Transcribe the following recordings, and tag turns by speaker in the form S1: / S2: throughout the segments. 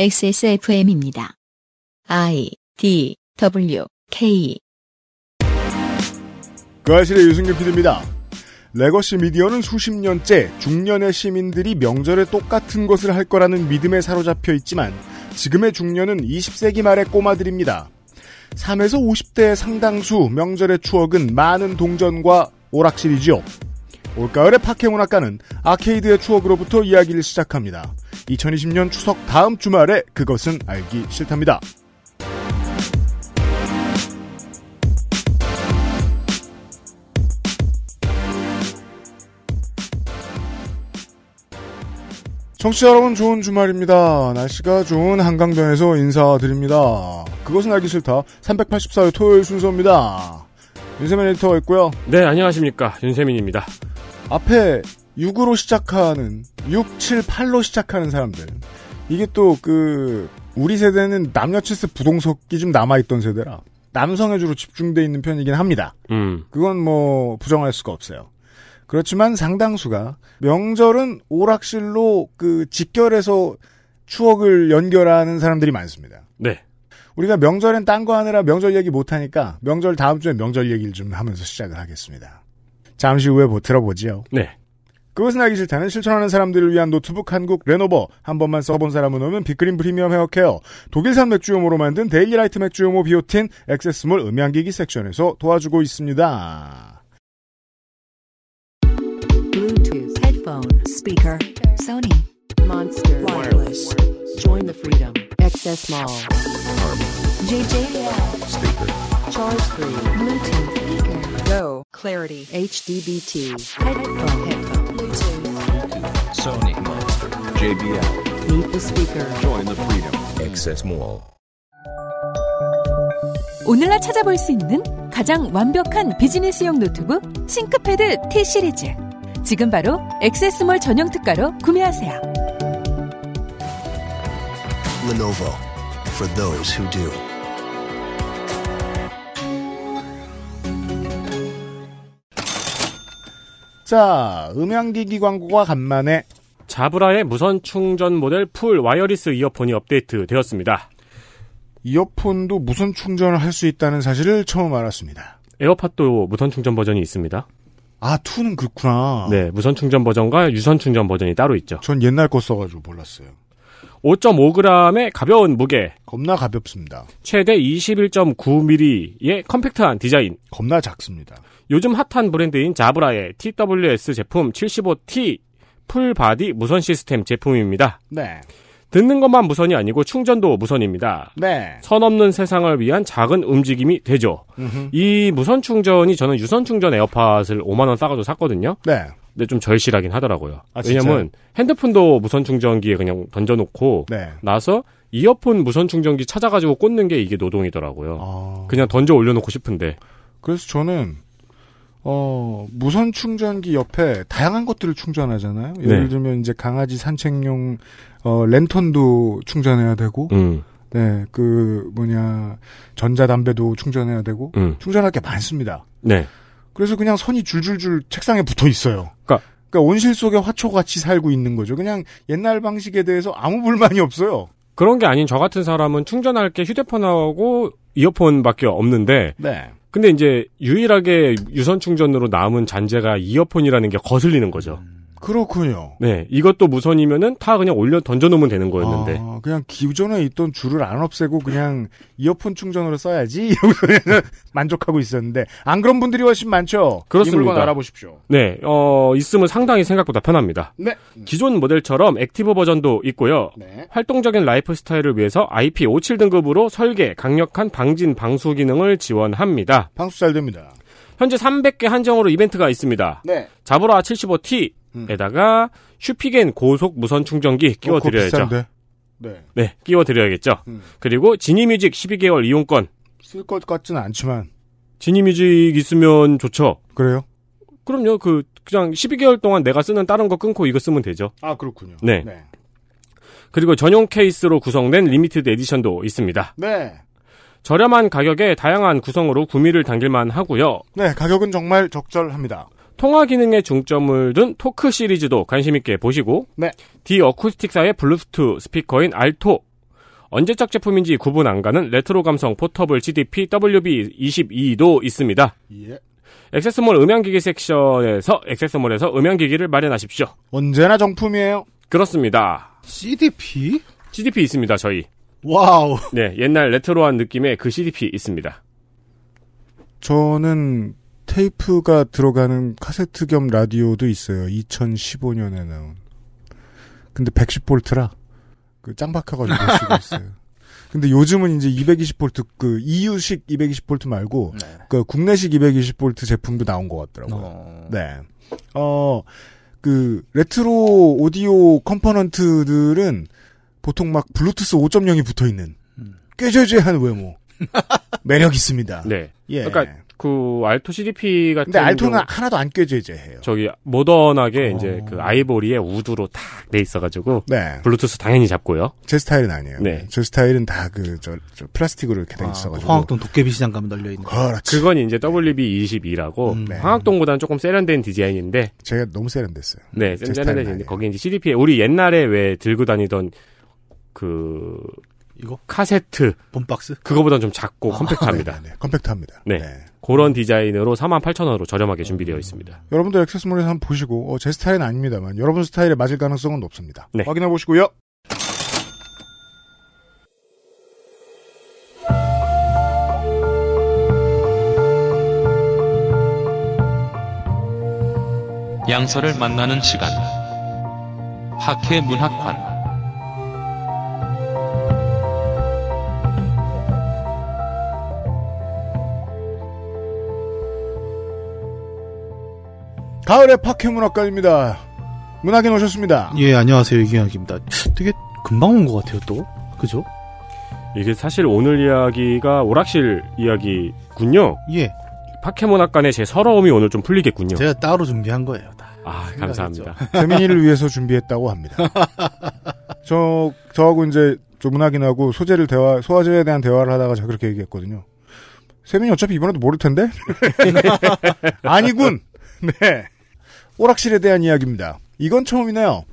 S1: XSFM입니다. I D W K
S2: 그 아실의 유승규 PD입니다. 레거시 미디어는 수십 년째 중년의 시민들이 명절에 똑같은 것을 할 거라는 믿음에 사로잡혀 있지만 지금의 중년은 20세기 말의 꼬마들입니다. 3에서 50대의 상당수 명절의 추억은 많은 동전과 오락실이지요. 올가을의 파케문학가는 아케이드의 추억으로부터 이야기를 시작합니다. 2020년 추석 다음 주말에 그것은 알기 싫답니다. 청취자 여러분 좋은 주말입니다. 날씨가 좋은 한강변에서 인사드립니다. 그것은 알기 싫다. 384회 토요일 순서입니다. 윤세민 에디터가 있고요.
S3: 네, 안녕하십니까. 윤세민입니다.
S2: 앞에 6으로 시작하는 6, 7, 8로 시작하는 사람들. 이게 또 그 우리 세대는 남녀 칠세 부동석이 좀 남아있던 세대라 남성에 주로 집중돼 있는 편이긴 합니다.
S3: 음,
S2: 그건 뭐 부정할 수가 없어요. 그렇지만 상당수가 명절은 오락실로 그 직결해서 추억을 연결하는 사람들이 많습니다.
S3: 네.
S2: 우리가 명절엔 딴 거 하느라 명절 얘기 못 하니까 명절 다음 주에 명절 얘기를 좀 하면서 시작을 하겠습니다. 잠시 후에 뭐 들어보지요.
S3: 네.
S2: 그것은 알기 싫다는 실천하는 사람들을 위한 노트북 한국 레노버 한 번만 써본 사람은 오면 빅그린 프리미엄 헤어케어 독일산 맥주용으로 만든 데일리라이트 맥주용호 비오틴 액세스몰 음향기기 섹션에서 도와주고 있습니다.
S4: Bluetooth, headphone, speaker,
S1: Sony
S4: monster, wireless. Join the freedom. XS Mall. JJL. Speaker. Charge free.
S1: Bluetooth speaker
S4: Go. Clarity. HDBT. Headphone.
S1: Bluetooth
S5: Sony Monster. JBL.
S4: Meet the speaker.
S5: Join the freedom. Excess Mall.
S6: 오늘날 찾아볼 수 있는 가장 완벽한 비즈니스용 노트북 싱크패드 T 시리즈. 지금 바로 액세스몰 전용 특가로 구매하세요.
S7: Lenovo for those who do.
S2: 자 음향기기 광고가 간만에
S3: 자브라의 무선 충전 모델 풀 와이어리스 이어폰이 업데이트 되었습니다.
S2: 이어폰도 무선 충전을 할 수 있다는 사실을 처음 알았습니다.
S3: 에어팟도 무선 충전 버전이 있습니다.
S2: 아 투는 그렇구나.
S3: 네, 무선 충전 버전과 유선 충전 버전이 따로 있죠.
S2: 전 옛날 거 써가지고 몰랐어요.
S3: 5.5g의 가벼운 무게,
S2: 겁나 가볍습니다.
S3: 최대 21.9mm의 컴팩트한 디자인.
S2: 겁나 작습니다.
S3: 요즘 핫한 브랜드인 자브라의 TWS 제품 75T 풀바디 무선 시스템 제품입니다.
S2: 네,
S3: 듣는 것만 무선이 아니고 충전도 무선입니다.
S2: 네.
S3: 선 없는 세상을 위한 작은 움직임이 되죠. 이 무선 충전이 저는 유선 충전 에어팟을 5만 원 싸가지고 샀거든요.
S2: 네,
S3: 근데 좀 절실하긴 하더라고요.
S2: 아, 진짜요?
S3: 왜냐면 핸드폰도 무선 충전기에 그냥 던져놓고
S2: 네.
S3: 나서 이어폰 무선 충전기 찾아가지고 꽂는 게 이게 노동이더라고요.
S2: 아,
S3: 그냥 던져 올려놓고 싶은데
S2: 그래서 저는 어 무선 충전기 옆에 다양한 것들을 충전하잖아요. 예를
S3: 네.
S2: 들면 이제 강아지 산책용 어 랜턴도 충전해야 되고,
S3: 음,
S2: 네, 그 뭐냐 전자담배도 충전해야 되고,
S3: 음.
S2: 충전할 게 많습니다.
S3: 네.
S2: 그래서 그냥 선이 줄줄줄 책상에 붙어 있어요.
S3: 그러니까-
S2: 그러니까 온실 속에 화초같이 살고 있는 거죠. 그냥 옛날 방식에 대해서 아무 불만이 없어요.
S3: 그런 게 아닌 저 같은 사람은 충전할 게 휴대폰하고 이어폰밖에 없는데
S2: 네.
S3: 근데 이제 유일하게 유선 충전으로 남은 잔재가 이어폰이라는 게 거슬리는 거죠.
S2: 그렇군요.
S3: 네, 이것도 무선이면은 다 그냥 올려 던져놓으면 되는 거였는데.
S2: 아, 그냥 기존에 있던 줄을 안 없애고 그냥 이어폰 충전으로 써야지 이러고 그냥 만족하고 있었는데 안 그런 분들이 훨씬 많죠.
S3: 그렇습니다.
S2: 이 물건 알아보십시오.
S3: 네, 어, 있으면 상당히 생각보다 편합니다.
S2: 네.
S3: 기존 모델처럼 액티브 버전도 있고요.
S2: 네.
S3: 활동적인 라이프 스타일을 위해서 IP57 등급으로 설계, 강력한 방진, 방수 기능을 지원합니다.
S2: 방수 잘 됩니다.
S3: 현재 300개 한정으로 이벤트가 있니다
S2: 네.
S3: 자브라 75T에다가 슈피겐 고속 무선 충전기 끼워드려야죠.
S2: 어, 비싼데. 네.
S3: 네, 끼워드려야겠죠.
S2: 음.
S3: 그리고 지니뮤직 12개월 이용권.
S2: 쓸 것 같지는 않지만
S3: 지니뮤직 있으면 좋죠.
S2: 그래요.
S3: 그럼요, 그, 그냥 12개월 동안 내가 쓰는 다른 거 끊고 이거 쓰면 되죠.
S2: 아 그렇군요.
S3: 네.
S2: 네.
S3: 그리고 전용 케이스로 구성된 리미티드 에디션도 있습니다.
S2: 네.
S3: 저렴한 가격에 다양한 구성으로 구미를 당길만 하고요.
S2: 네, 가격은 정말 적절합니다.
S3: 통화 기능에 중점을 둔 토크 시리즈도 관심있게 보시고,
S2: 네.
S3: 디 어쿠스틱사의 블루투스 스피커인 알토, 언제적 제품인지 구분 안 가는 레트로 감성 포터블 CDP WB22도 있습니다.
S2: 예.
S3: 액세스몰 음향기기 섹션에서 액세스몰에서 음향기기를 마련하십시오.
S2: 언제나 정품이에요.
S3: 그렇습니다.
S2: CDP?
S3: CDP 있습니다, 저희.
S2: 와우.
S3: 네, 옛날 레트로한 느낌의 그 CDP 있습니다.
S2: 저는 테이프가 들어가는 카세트 겸 라디오도 있어요. 2015년에 나온. 근데 110볼트라 그 짱박혀가지고 못 쓰고 있어요. 근데 요즘은 이제 220볼트 그 EU식 220볼트 말고
S3: 네.
S2: 그 국내식 220볼트 제품도 나온 것 같더라고요. 네. 어, 그, 레트로 오디오 컴포넌트들은 보통 막 블루투스 5.0이 붙어 있는 꽤 저지한 외모. 매력 있습니다.
S3: 음. 네.
S2: 예.
S3: 그러니까 그 알토 CDP 같은
S2: 근데 알토는 아-
S3: 경우-
S2: 하나도 안 껴제제해요.
S3: 저기 모던하게 이제 그 아이보리에 우드로 탁 돼 있어가지고
S2: 네.
S3: 블루투스 당연히 잡고요.
S2: 제 스타일은 아니에요.
S3: 네.
S2: 제 스타일은 다 그 저 플라스틱으로 이렇게 돼 있어가지고.
S8: 아, 황학동 도깨비 시장 가면 널려 있는.
S2: 아, 그렇지.
S3: 그건 이제 WB22라고
S8: 음,
S2: 네.
S3: 황학동보다는 조금 세련된 디자인인데
S2: 제가 너무 세련됐어요.
S3: 네
S2: 제
S3: 세련된
S2: 음, 스타일은
S3: 디자인인데
S2: 아니에요.
S3: 거기 이제 CDP에 우리 옛날에 왜 들고 다니던 그
S8: 이거
S3: 카세트
S8: 본박스.
S3: 그거보다는 좀 작고 컴팩트합니다.
S2: 네, 네, 네. 컴팩트합니다.
S3: 네. 그런 디자인으로 48,000원으로 저렴하게 준비되어 있습니다.
S2: 여러분들 액세스몰에서 한번 보시고 어, 제 스타일은 아닙니다만 여러분 스타일에 맞을 가능성은 높습니다.
S3: 네.
S2: 확인해 보시고요.
S9: 양서를 만나는 시간. 학회 문학관.
S2: 가을의 파케 문학관입니다. 문학인 오셨습니다.
S8: 예, 안녕하세요. 이경혁입니다. 되게 금방 온 것 같아요, 또. 그죠?
S3: 이게 사실 오늘 이야기가 오락실 이야기군요.
S8: 예.
S3: 파케모나간의 제 서러움이 오늘 좀 풀리겠군요.
S8: 제가 따로 준비한 거예요, 다.
S3: 아,
S8: 생각했죠.
S3: 감사합니다.
S2: 세민이를 위해서 준비했다고 합니다. 저 저하고 이제 좀 문학인하고 소재를 대화 소화제에 대한 대화를 하다가 제가 그렇게 얘기했거든요. 세민이 어차피 이번에도 모를 텐데 아니군. 네 오락실에 대한 이야기입니다. 이건 처음이네요.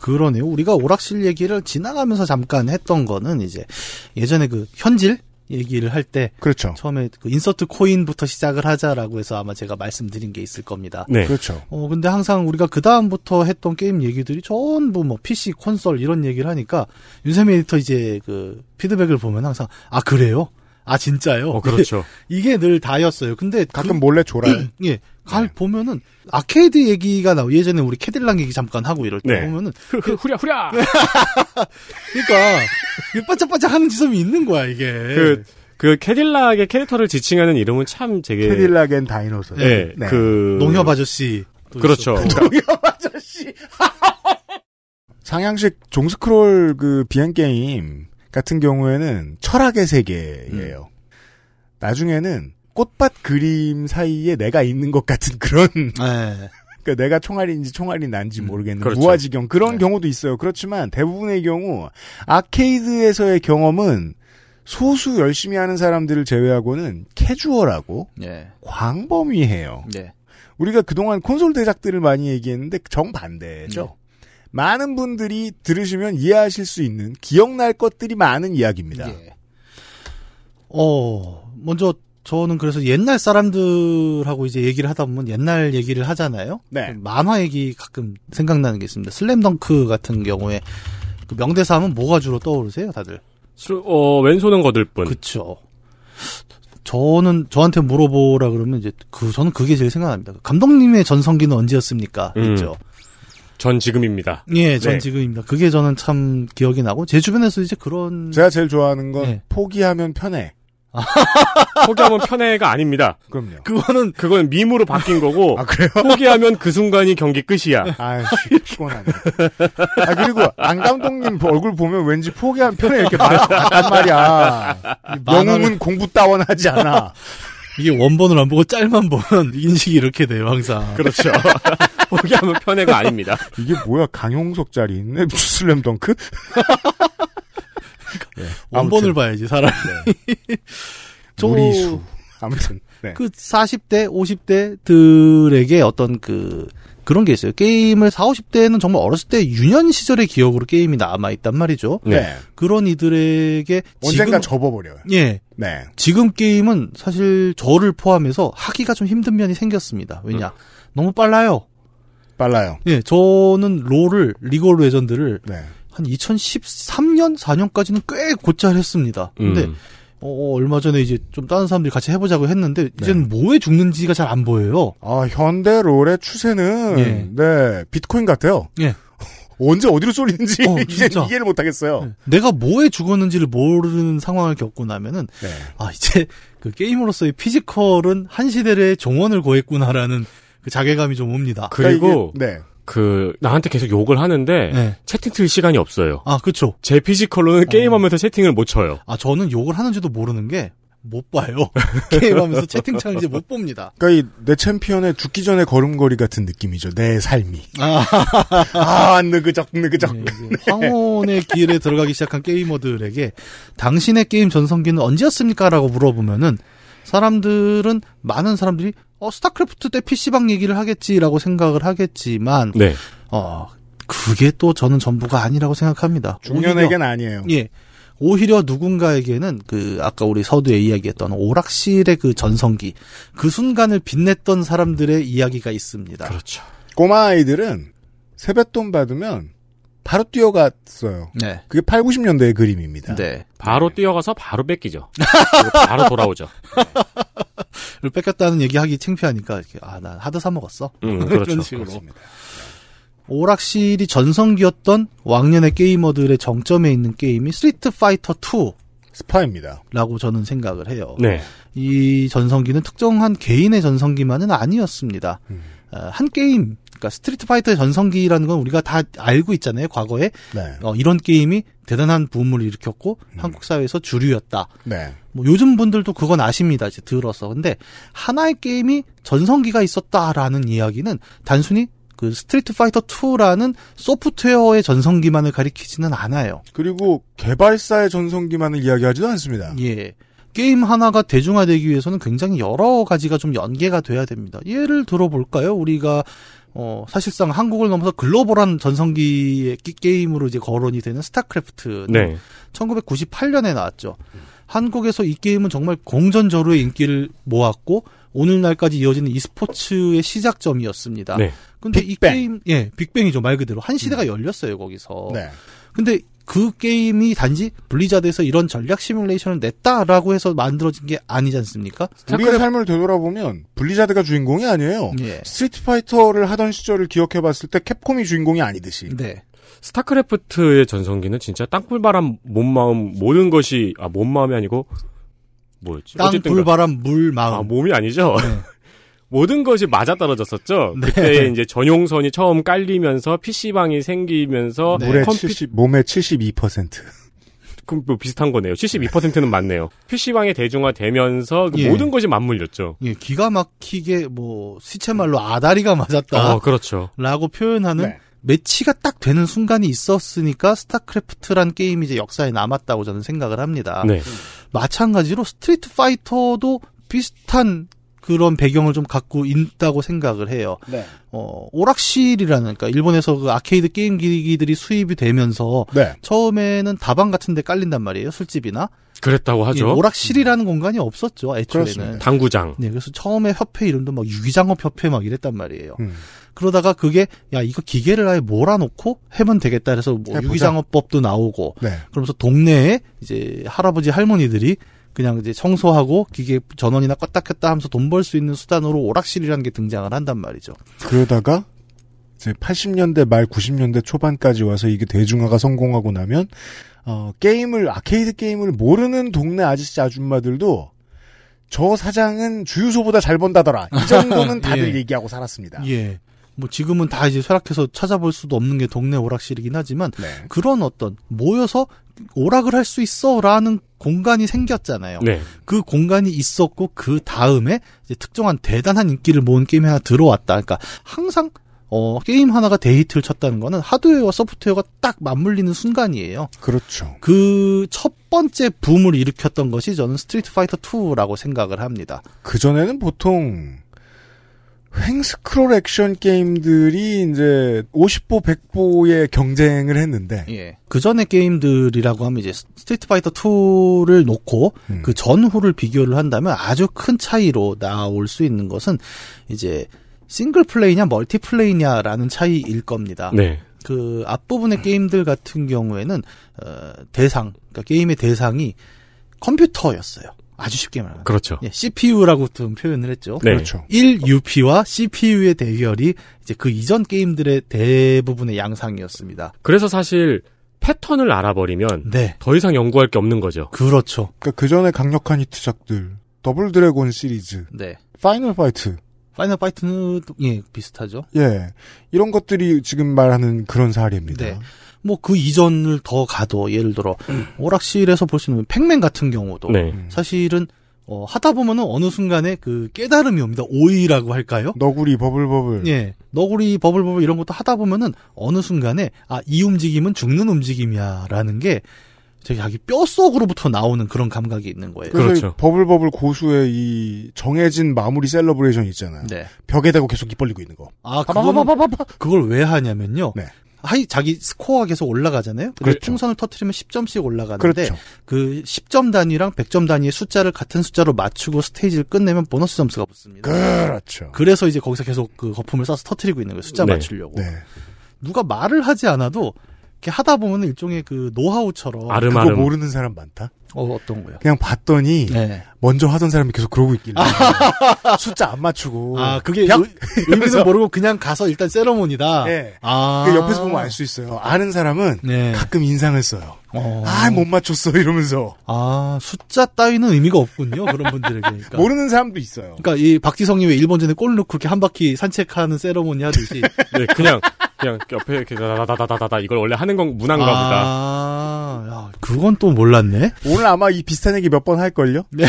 S8: 그러네요. 우리가 오락실 얘기를 지나가면서 잠깐 했던 거는 이제 예전에 그 현질 얘기를 할 때
S2: 그렇죠.
S8: 처음에 그 인서트 코인부터 시작을 하자라고 해서 아마 제가 말씀드린 게 있을 겁니다.
S3: 네.
S2: 그렇죠.
S8: 어, 근데 항상 우리가 그다음부터 했던 게임 얘기들이 전부 뭐 PC, 콘솔 이런 얘기를 하니까 윤세미 에디터 이제 그 피드백을 보면 항상 아, 그래요? 아, 진짜요?
S3: 어, 그렇죠.
S8: 이게 늘 다였어요. 근데 그-
S2: 가끔 몰래 졸아요.
S8: 예. 갈
S3: 네.
S8: 보면은 아케이드 얘기가 나오 예전에 우리 캐딜락 얘기 잠깐 하고 이럴 때
S3: 네.
S8: 보면은
S3: 후랴 후랴.
S8: 그러니까 이 반짝반짝 하는 지점이 있는 거야 이게.
S3: 그, 그 캐딜락의 캐릭터를 지칭하는 이름은 참 되게
S2: 캐딜락엔 네. 다이노소.
S3: 예, 그
S8: 농협 아저씨. 또
S3: 그렇죠.
S8: 있었고.
S2: 상향식 종스크롤 그 비행 게임 같은 경우에는 철학의 세계예요.
S3: 음.
S2: 나중에는 꽃밭 그림 사이에 내가 있는 것 같은 그런
S8: 네.
S2: 그러니까 내가 총알인지 총알이 난지 모르겠는
S3: 그렇죠.
S2: 무아지경 그런 경우도 있어요. 그렇지만 대부분의 경우 아케이드에서의 경험은 소수 열심히 하는 사람들을 제외하고는 캐주얼하고
S8: 예.
S2: 광범위해요.
S8: 예.
S2: 우리가 그동안 콘솔 대작들을 많이 얘기했는데 정반대죠. 많은 분들이 들으시면 이해하실 수 있는 기억날 것들이 많은 이야기입니다.
S8: 예. 어 먼저 저는 그래서 옛날 사람들하고 이제 얘기를 하다 보면 옛날 얘기를 하잖아요.
S2: 네.
S8: 만화 얘기 가끔 생각나는 게 있습니다. 슬램덩크 같은 경우에 그 명대사 하면 뭐가 주로 떠오르세요, 다들?
S3: 수- 어, 왼손은 거들 뿐.
S8: 그쵸. 저는 저한테 물어보라 그러면 이제 그 저는 그게 제일 생각납니다. 감독님의 전성기는 언제였습니까?
S3: 음.
S8: 있죠.
S3: 전 지금입니다.
S8: 예, 전
S3: 네.
S8: 지금입니다. 그게 저는 참 기억이 나고 제 주변에서 이제 그런
S2: 제가 제일 좋아하는 건
S8: 네.
S2: 포기하면 편해.
S3: 포기하면 편애가 아닙니다.
S2: 그럼요.
S8: 그거는
S3: 그건 밈으로 바뀐 거고
S2: 아 그래요?
S3: 포기하면 그 순간이 경기 끝이야.
S2: 아씨 피곤하네. 아 그리고 안 감독님 얼굴 보면 왠지 포기하면 편해 이렇게 말한단 말이야.
S8: 만화를-
S2: 영웅은 공부 따원 하지 않아.
S8: 이게 원본을 안 보고 짤만 보면 인식이 이렇게 돼요, 항상.
S3: 그렇죠. 포기하면 편애가 아닙니다.
S2: 이게 뭐야 강용석 자리 있네 슬램 덩크?
S8: 원본을 봐야지, 사람이. 저-
S2: 무리수. 아무튼 네.
S8: 그 40대, 50대들에게 어떤 그 그런 게 있어요. 게임을 40, 50대에는 정말 어렸을 때 유년 시절의 기억으로 게임이 남아있단 말이죠.
S2: 네.
S3: 네.
S8: 그런 이들에게
S2: 언젠가
S8: 지금,
S2: 접어버려요.
S8: 예.
S2: 네.
S8: 지금 게임은 사실 저를 포함해서 하기가 좀 힘든 면이 생겼습니다. 왜냐. 너무 빨라요.
S2: 빨라요.
S8: 예, 저는 롤을, 리그 오브 레전드를
S2: 네.
S8: 한 2013년, 4년까지는 꽤 곧잘 했습니다. 근데,
S3: 음.
S8: 어, 얼마 전에 이제 좀 다른 사람들이 같이 해보자고 했는데, 이제는 뭐에 죽는지가 잘 안 보여요.
S2: 아, 현대 롤의 추세는,
S8: 예.
S2: 네, 비트코인 같아요.
S8: 예.
S2: 언제 어디로 쏠리는지
S8: 어,
S2: 이제
S8: 진짜.
S2: 이해를 못하겠어요.
S8: 내가 뭐에 죽었는지를 모르는 상황을 겪고 나면은,
S2: 네.
S8: 아, 이제 그 게임으로서의 피지컬은 한 시대의 종원을 고했구나라는 그 자괴감이 좀 옵니다.
S3: 그리고
S2: 그러니까 이게- 네.
S3: 그 나한테 계속 욕을 하는데
S8: 네. 어.
S3: 채팅 틀 시간이 없어요.
S8: 아, 그쵸.
S3: 제 피지컬로는 게임하면서 채팅을 못 쳐요.
S8: 아, 저는 욕을 하는지도 모르는 게, 못 봐요. 게임하면서 채팅창 이제 못 봅니다.
S2: 그러니까 이 내 챔피언의 죽기 전의 걸음걸이 같은 느낌이죠. 내 삶이.
S8: 아,
S2: 아, 느그적 느그적.
S8: 네, 이제 황혼의 길에 들어가기 시작한 게이머들에게 당신의 게임 전성기는 언제였습니까라고 물어보면은 사람들은 많은 사람들이 어 스타크래프트 때 PC방 얘기를 하겠지라고 생각을 하겠지만
S3: 네.
S8: 어 그게 또 저는 전부가 아니라고 생각합니다. 오히려-
S2: 중년에겐 아니에요.
S8: 예. 오히려 누군가에게는 그 아까 우리 서두에 이야기했던 오락실의 그 전성기 그 순간을 빛냈던 사람들의 이야기가 있습니다.
S3: 그렇죠.
S2: 꼬마 아이들은 세뱃돈 받으면 바로 뛰어갔어요.
S8: 네.
S2: 그게 8, 90년대의 그림입니다.
S8: 네.
S3: 바로 뛰어가서 바로 뺏기죠. 그리고 바로 돌아오죠.
S8: 를 뺏겼다는 얘기하기 창피하니까 이렇게 아나 하드 사 먹었어
S3: 음, 그렇죠.
S8: 이런 식으로
S2: 그렇습니다.
S8: 오락실이 전성기였던 왕년의 게이머들의 정점에 있는 게임이 스트리트 파이터 2라고
S2: 스파입니다.
S8: 저는 생각을 해요.
S3: 네.
S8: 이 전성기는 특정한 개인의 전성기만은 아니었습니다. 어, 한 게임 그러니까 스트리트 파이터의 전성기라는 건 우리가 다 알고 있잖아요. 과거에
S2: 네.
S8: 어, 이런 게임이 대단한 붐을 일으켰고 한국 사회에서 주류였다.
S2: 네.
S8: 뭐 요즘 분들도 그건 아십니다. 이제 들어서. 근데 하나의 게임이 전성기가 있었다라는 이야기는 단순히 그 스트리트 파이터 2라는 소프트웨어의 전성기만을 가리키지는 않아요.
S2: 그리고 개발사의 전성기만을 이야기하지도 않습니다.
S8: 예. 게임 하나가 대중화되기 위해서는 굉장히 여러 가지가 좀 연계가 돼야 됩니다. 예를 들어볼까요? 우리가 어 사실상 한국을 넘어서 글로벌한 전성기의 게- 게임으로 이제 거론이 되는 스타크래프트.
S3: 네.
S8: 1998년에 나왔죠. 한국에서 이 게임은 정말 공전저루의 인기를 모았고 오늘날까지 이어지는 e스포츠의 시작점이었습니다.
S3: 네. 음.
S8: 근데
S2: 빅뱅.
S8: 이 게임 예, 빅뱅이죠. 말 그대로 한 시대가 열렸어요, 거기서.
S2: 네.
S8: 근데 그 게임이 단지 블리자드에서 이런 전략 시뮬레이션을 냈다라고 해서 만들어진 게 아니지 않습니까?
S2: 우리의 삶을 되돌아보면 블리자드가 주인공이 아니에요.
S8: 예.
S2: 스트리트 파이터를 하던 시절을 기억해봤을 때 캡콤이 주인공이 아니듯이.
S8: 네.
S3: 스타크래프트의 전성기는 진짜 땅굴바람 몸마음 모든 것이 아 몸마음이 아니고 뭐였지?
S8: 땅,
S3: 어쨌든
S8: 불, 바람, 물,
S3: 아
S8: 마음.
S3: 몸이 아니죠. 모든 것이 맞아떨어졌었죠.
S8: 네.
S3: 그때 이제 전용선이 처음 깔리면서 PC방이 생기면서
S8: 네.
S2: 물의
S3: 컴퓨
S2: 70, 몸의 72%.
S3: 그럼 뭐 비슷한 거네요. 72%는 맞네요. PC방에 대중화되면서 그
S8: 예.
S3: 모든 것이 맞물렸죠.
S8: 예, 기가 막히게 뭐 시체말로 아다리가 맞았다.
S3: 아, 그렇죠.
S8: 라고 표현하는
S2: 네.
S8: 매치가 딱 되는 순간이 있었으니까 스타크래프트란 게임이 이제 역사에 남았다고 저는 생각을 합니다.
S3: 네.
S8: 마찬가지로 스트리트 파이터도 비슷한 그런 배경을 좀 갖고 있다고 생각을 해요.
S2: 네.
S8: 어, 오락실이라는 그러니까 일본에서 그 아케이드 게임 기기들이 수입이 되면서
S2: 네.
S8: 처음에는 다방 같은 데 깔린단 말이에요. 술집이나.
S3: 그랬다고 하죠.
S8: 이 오락실이라는 공간이 없었죠. 애초에는.
S2: 그렇습니다.
S3: 당구장.
S8: 네, 그래서 처음에 협회 이름도 막 유기장업 협회 막 이랬단 말이에요.
S2: 음.
S8: 그러다가 그게 야 이거 기계를 아예 몰아놓고 해면 되겠다 그래서 뭐
S2: 해보자.
S8: 유기장업법도 나오고
S2: 네.
S8: 그러면서 동네에 이제 할아버지 할머니들이 그냥 이제 청소하고 기계 전원이나 껐다 켰다 하면서 돈 벌 수 있는 수단으로 오락실이라는 게 등장을 한단 말이죠.
S2: 그러다가 이제 80년대 말 90년대 초반까지 와서 이게 대중화가 성공하고 나면 어, 게임을 아케이드 게임을 모르는 동네 아저씨 아줌마들도 저 사장은 주유소보다 잘 번다더라. 이 정도는 다들
S8: 예.
S2: 얘기하고 살았습니다.
S8: 예. 뭐 지금은 다 이제 쇠락해서 찾아볼 수도 없는 게 동네 오락실이긴 하지만
S2: 네.
S8: 그런 어떤 모여서 오락을 할 수 있어라는 공간이 생겼잖아요.
S3: 네.
S8: 그 공간이 있었고 그 다음에 이제 특정한 대단한 인기를 모은 게임이 하나 들어왔다. 그러니까 항상 어, 게임 하나가 데이트를 쳤다는 거는 하드웨어와 소프트웨어가 딱 맞물리는 순간이에요.
S2: 그렇죠.
S8: 그 첫 번째 붐을 일으켰던 것이 저는 스트리트 파이터 2라고 생각을 합니다.
S2: 그 전에는 보통 횡스크롤 액션 게임들이 이제 50보 100보의 경쟁을 했는데
S8: 예. 그 전에 게임들이라고 하면 이제 스트리트 파이터 2를 놓고
S2: 음.
S8: 그 전후를 비교를 한다면 아주 큰 차이로 나올 수 있는 것은 이제 싱글 플레이냐 멀티 플레이냐라는 차이일 겁니다.
S3: 네.
S8: 그 앞부분의 게임들 같은 경우에는 어, 대상, 그러니까 게임의 대상이 컴퓨터였어요. 아주 쉽게 말하면 예,
S3: 그렇죠.
S8: CPU라고 좀 표현을 했죠.
S3: 네.
S2: 그렇죠.
S8: 1UP와 CPU의 대결이 이제 그 이전 게임들의 대부분의 양상이었습니다.
S3: 그래서 사실 패턴을 알아버리면
S8: 네.
S3: 더 이상 연구할 게 없는 거죠.
S8: 그렇죠.
S2: 그러니까 그 전에 강력한 히트작들 더블 드래곤 시리즈,
S8: 네.
S2: 파이널 파이트
S8: 파이널 파이트는 또- 예, 비슷하죠.
S2: 예 이런 것들이 지금 말하는 그런 사례입니다.
S8: 네. 뭐 그 이전을 더 가도 예를 들어 오락실에서 볼 수 있는 팩맨 같은 경우도
S3: 음. 네.
S2: 음.
S8: 사실은 어, 하다 보면은 어느 순간에 그 깨달음이 옵니다. 오이라고 할까요?
S2: 너구리 버블버블
S8: 예. 너구리 버블버블 이런 것도 하다 보면은 어느 순간에 아 이 움직임은 죽는 움직임이야라는 게 되게 자기 뼛속으로부터 나오는 그런 감각이 있는 거예요.
S2: 그래서
S3: 그렇죠.
S2: 이 버블버블 고수의 이 정해진 마무리 셀러브레이션 있잖아요.
S8: 네.
S2: 벽에 대고 계속 입 벌리고 있는 거.
S8: 아, 그거는 그걸 왜 하냐면요.
S2: 네.
S8: 하이 자기 스코어가 계속 올라가잖아요.
S3: 그렇죠.
S8: 그래서 풍선을 터트리면 10점씩 올라가는데
S2: 그렇죠.
S8: 그 10점 단위랑 100점 단위의 숫자를 같은 숫자로 맞추고 스테이지를 끝내면 보너스 점수가 붙습니다.
S2: 그렇죠.
S8: 그래서 이제 거기서 계속 그 거품을 쏴서 터트리고 있는 거예요. 숫자
S3: 네.
S8: 맞추려고.
S2: 네.
S8: 누가 말을 하지 않아도 이렇게 하다 보면 일종의 그 노하우처럼
S3: 아름
S2: 그거
S3: 아름.
S2: 모르는 사람 많다.
S8: 어, 어떤 거요?
S2: 그냥 봤더니
S8: 네.
S2: 먼저 하던 사람이 계속 그러고 있길래 숫자 안 맞추고
S8: 아 그게
S2: 벽!
S8: 의- 의미도 모르고 그냥 가서 일단 세러머니다.
S2: 네.
S8: 아
S2: 그 옆에서 보면 알 수 있어요. 아는 사람은
S8: 네.
S2: 가끔 인상을 써요.
S8: 어.
S2: 아 못 맞췄어 이러면서
S8: 아, 숫자 따위는 의미가 없군요 그런 분들에게. 그러니까.
S2: 모르는 사람도 있어요.
S8: 그러니까 이 박지성이 왜 일본전에 골 넣고 이렇게 한 바퀴 산책하는 세러머니 하듯이
S3: 네, 그냥 그냥 옆에 이렇게 다다다다다다 이걸 원래 하는 건 문화인가 보다.
S8: 아, 야, 그건 또 몰랐네.
S2: 오늘 아마 이 비슷한 얘기 몇 번 할 걸요.
S8: 네.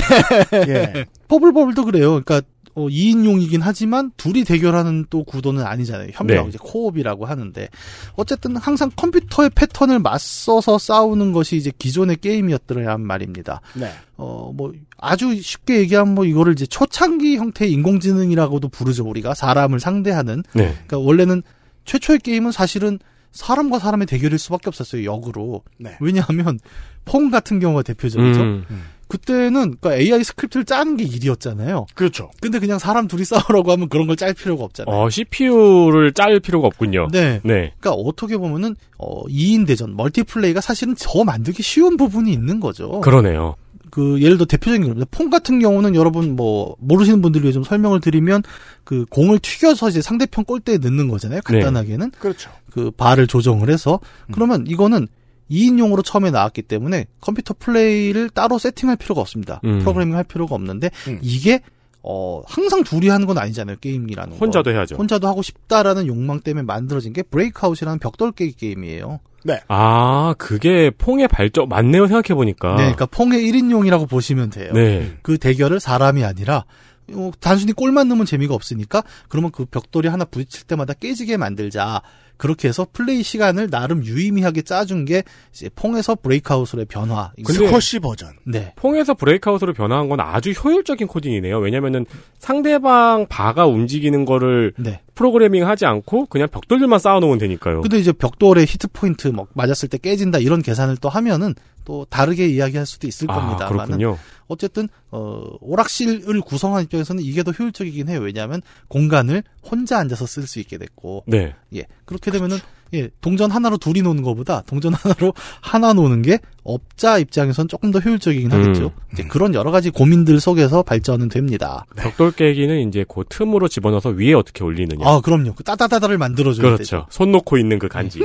S2: 예.
S8: 퍼블버블도 그래요. 그러니까 어, 2인용이긴 하지만 둘이 대결하는 또 구도는 아니잖아요. 협력
S3: 네.
S8: 이제 코옵이라고 하는데 어쨌든 항상 컴퓨터의 패턴을 맞서서 싸우는 것이 이제 기존의 게임이었더란 말입니다.
S2: 네.
S8: 어 뭐 아주 쉽게 얘기하면 뭐 이거를 이제 초창기 형태의 인공지능이라고도 부르죠 우리가 사람을 상대하는.
S3: 네.
S8: 그러니까 원래는 최초의 게임은 사실은 사람과 사람의 대결일 수밖에 없었어요 역으로.
S2: 네.
S8: 왜냐하면 폰 같은 경우가 대표적이죠.
S3: 음,
S8: 그때는 그러니까 AI 스크립트를 짜는 게 일이었잖아요.
S2: 그렇죠.
S8: 근데 그냥 사람 둘이 싸우라고 하면 그런 걸 짤 필요가 없잖아요.
S3: 어, CPU를 짤 필요가 없군요.
S8: 네.
S3: 네.
S8: 그러니까 어떻게 보면은 어 2인 대전 멀티플레이가 사실은 더 만들기 쉬운 부분이 있는 거죠. 그,
S3: 그러네요.
S8: 예를 들어 대표적인 겁니다. 폰 같은 경우는 여러분 뭐 모르시는 분들 위해 좀 설명을 드리면 그 공을 튀겨서 이제 상대편 골대에 넣는 거잖아요.
S3: 네.
S8: 간단하게는
S2: 그렇죠.
S8: 그 바를 조정을 해서
S3: 음.
S8: 그러면 이거는 2인용으로 처음에 나왔기 때문에 컴퓨터 플레이를 따로 세팅할 필요가 없습니다.
S3: 음.
S8: 프로그래밍 할 필요가 없는데
S2: 음.
S8: 이게 어 항상 둘이 하는 건 아니잖아요. 게임이라는 건.
S3: 혼자도 해야죠.
S8: 혼자도 하고 싶다라는 욕망 때문에 만들어진 게 브레이크아웃이라는 벽돌 깨기 게임이에요.
S3: 아, 그게 퐁의 발전 맞네요. 생각해 보니까.
S8: 네, 그러니까 퐁의 1인용이라고 보시면 돼요.
S3: 아. 네.
S8: 그 대결을 사람이 아니라 어, 단순히 골만 넣으면 재미가 없으니까 그러면 그 벽돌이 하나 부딪힐 때마다 깨지게 만들자. 그렇게 해서 플레이 시간을 나름 유의미하게 짜준 게 이제 퐁에서 브레이크아웃으로의 변화.
S3: 근데-
S2: 스쿼시 버전.
S8: 네.
S3: 퐁에서 브레이크아웃으로 변화한 건 아주 효율적인 코딩이네요. 왜냐면은 상대방 바가 움직이는 거를
S8: 네.
S3: 프로그래밍 하지 않고 그냥 벽돌들만 쌓아놓으면 되니까요.
S8: 근데 이제 벽돌에 히트 포인트 막 맞았을 때 깨진다 이런 계산을 또 하면은 또 다르게 이야기할 수도 있을
S3: 아,
S8: 겁니다만은
S3: 그렇군요.
S8: 어쨌든 어, 오락실을 구성한 입장에서는 이게 더 효율적이긴 해요. 왜냐하면 공간을 혼자 앉아서 쓸 수 있게 됐고,
S3: 네.
S8: 예 그렇게 되면은 예 동전 하나로 둘이 노는 것보다 동전 하나로 하나 노는 게 업자 입장에선 조금 더 효율적이긴
S3: 음.
S8: 하겠죠. 이제 그런 여러 가지 고민들 속에서 발전은 됩니다.
S3: 벽돌 깨기는 이제 그 틈으로 집어넣어서 위에 어떻게 올리느냐.
S8: 아 그럼요. 그 따다다다를 만들어줘야 되죠.
S3: 예.
S8: 네.
S3: 그렇죠. 손 놓고 있는 그 간지.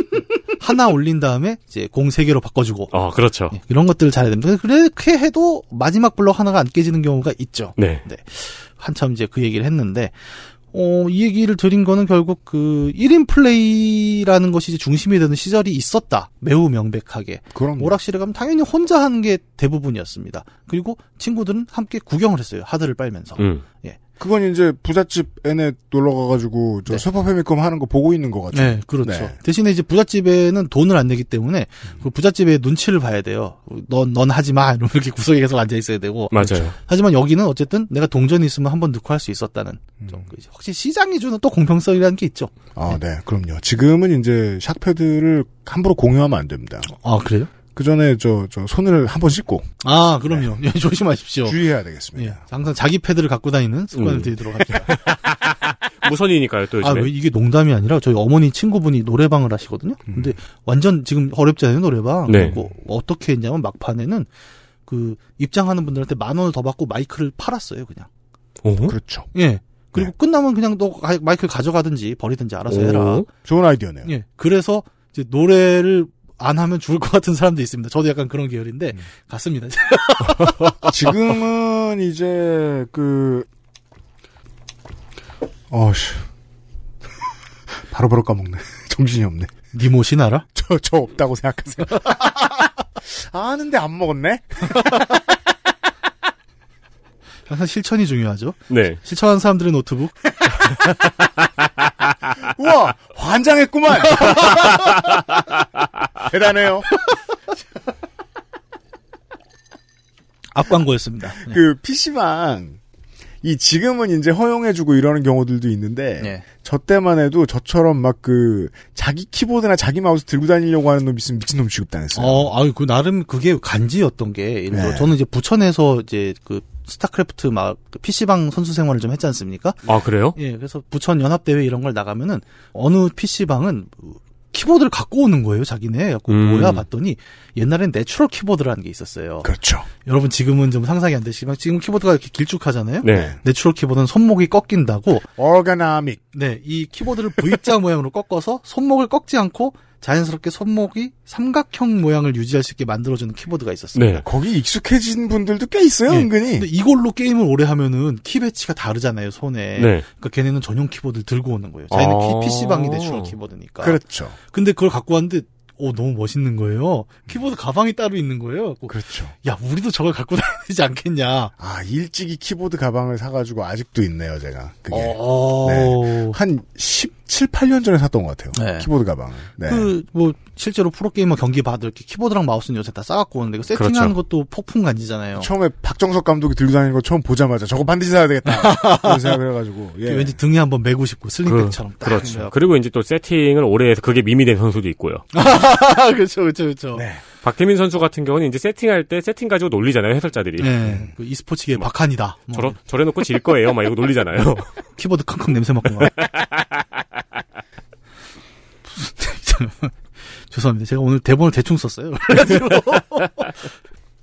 S8: 하나 올린 다음에 이제 공 세 개로 바꿔주고
S3: 어, 그렇죠.
S8: 예, 이런 것들을 잘해야 됩니다. 그렇게 해도 마지막 블럭 하나가 안 깨지는 경우가 있죠.
S3: 네.
S8: 한참 이제 그 얘기를 했는데, 어, 이 얘기를 드린 거는 결국 그 1인 플레이라는 것이 이제 중심이 되는 시절이 있었다. 매우 명백하게.
S2: 그럼
S8: 오락실에 가면 당연히 혼자 하는 게 대부분이었습니다. 그리고 친구들은 함께 구경을 했어요. 하드를 빨면서.
S3: 음.
S8: 예.
S2: 그건 이제 부잣집 애네 놀러 가가지고 저
S8: 네.
S2: 쇠파페미컴 하는 거 보고 있는 것 같아요.
S8: 네, 그렇죠.
S2: 네.
S8: 대신에 이제 부잣집에는 돈을 안 내기 때문에 그 부잣집의 눈치를 봐야 돼요. 넌, 넌 하지 마. 이러면 이렇게 구석에 계속 앉아 있어야 되고.
S3: 맞아요.
S8: 하지만 여기는 어쨌든 내가 동전이 있으면 한 번 넣고 할 수 있었다는. 좀 그- 혹시 시장이 주는 또 공평성이라는 게 있죠.
S2: 아, 네, 그럼요. 지금은 이제 샥패드를 함부로 공유하면 안 됩니다.
S8: 아, 그래요?
S2: 그 전에 저, 저 손을 한 번 씻고
S8: 아, 그럼요.
S3: 네.
S8: 예, 조심하십시오.
S2: 주의해야
S8: 예,
S2: 되겠습니다.
S8: 항상 자기 패드를 갖고 다니는 습관을
S3: 음.
S8: 들이도록 합니다.
S3: 무선이니까요, 또
S8: 아,
S3: 요즘에.
S8: 왜 이게 농담이 아니라 저희 어머니 친구분이 노래방을 하시거든요. 근데 완전 지금 어렵잖아요, 노래방.
S3: 음. 네.
S8: 그리고 어떻게 했냐면 막판에는 그 입장하는 분들한테 만 원을 더 받고 마이크를 팔았어요, 그냥.
S3: 어?
S2: 그렇죠.
S8: 예. 그리고
S2: 네.
S8: 끝나면 그냥 너 가- 마이크 가져가든지 버리든지 알아서 해라.
S3: 오.
S2: 좋은 아이디어네요.
S8: 예. 그래서 이제 노래를 안 하면 죽을 것 같은 사람도 있습니다. 저도 약간 그런 계열인데
S3: 음.
S8: 갔습니다.
S2: 지금은 이제 그 어씨 바로바로 까먹네. 정신이 없네.
S8: 니모신 알아?
S2: 저 저 없다고 생각하세요. 아는데 안 먹었네.
S8: 항상 실천이 중요하죠.
S3: 네.
S8: 실천하는 사람들의 노트북.
S2: 우와 환장했구만. 대단해요.
S8: 앞광고였습니다. 네.
S2: 그 PC방 이 지금은 이제 허용해주고 이러는 경우들도 있는데
S8: 네.
S2: 저 때만 해도 저처럼 막 그 자기 키보드나 자기 마우스 들고 다니려고 하는 놈 있으면 미친놈 취급당했어요.
S8: 어, 아유, 그, 나름 그게 간지였던 게, 예를 들어
S2: 네.
S8: 저는 이제 부천에서 이제 그, 스타크래프트 막, PC방 선수 생활을 좀 했지 않습니까?
S3: 아, 그래요?
S8: 예, 그래서 부천 연합대회 이런 걸 나가면은, 어느 PC방은, 키보드를 갖고 오는 거예요, 자기네. 갖고
S3: 음.
S8: 뭐야 봤더니, 옛날엔 내추럴 키보드라는 게 있었어요.
S2: 그렇죠.
S8: 여러분 지금은 좀 상상이 안 되시지만, 지금 키보드가 이렇게 길쭉하잖아요?
S3: 네.
S8: 내추럴 키보드는 손목이 꺾인다고,
S2: Organic.
S8: 네, 이 키보드를 V자 모양으로 꺾어서 손목을 꺾지 않고 자연스럽게 손목이 삼각형 모양을 유지할 수 있게 만들어주는 키보드가 있었습니다.
S3: 네.
S2: 거기 익숙해진 분들도 꽤 있어요,
S8: 예.
S2: 은근히.
S8: 근데 이걸로 게임을 오래 하면은 키 배치가 다르잖아요, 손에.
S3: 네.
S8: 그러니까 걔네는 전용 키보드를 들고 오는 거예요. 자기는
S3: 아.
S8: 키 PC방이 내추럴 키보드니까.
S2: 그렇죠.
S8: 근데 그걸 갖고 왔는데 오 너무 멋있는 거예요. 키보드 가방이 따로 있는 거예요. 그래갖고
S2: 그렇죠.
S8: 야, 우리도 저걸 갖고 다니지 않겠냐.
S2: 아, 일찍이 키보드 가방을 사가지고 아직도 있네요, 제가. 그게. 네.
S8: 어.
S2: 한 17, 18년 전에 샀던 것 같아요.
S8: 네.
S2: 키보드 가방. 네.
S8: 그, 뭐, 실제로 프로게이머 경기 받을 때 키보드랑 마우스는 요새 다 싸갖고 오는데, 그 세팅하는 것도 폭풍 간지잖아요.
S2: 처음에 박정석 감독이 들고 다니는 거 처음 보자마자 저거 반드시 사야 되겠다. 그런 생각을 해가지고. 예.
S8: 왠지 등에 한번 메고 싶고, 슬링백처럼. 딱
S3: 그렇죠.
S8: 해갖고.
S3: 그리고 이제 또 세팅을 오래 해서 그게 미미된 선수도 있고요.
S8: 아, 그렇죠, 그렇죠, 그렇죠.
S2: 네.
S3: 박태민 선수 같은 경우는 이제 세팅할 때 세팅 가지고 놀리잖아요, 해설자들이.
S8: 네. 그 e스포츠계
S3: 막-
S8: 박한이다. 뭐,
S3: 저러, 저래놓고 질 거예요. 막 이러고 놀리잖아요.
S8: 키보드 킁킁 냄새 맡고 막. 무슨- 죄송합니다. 제가 오늘 대본을 대충 썼어요. 그래가지고.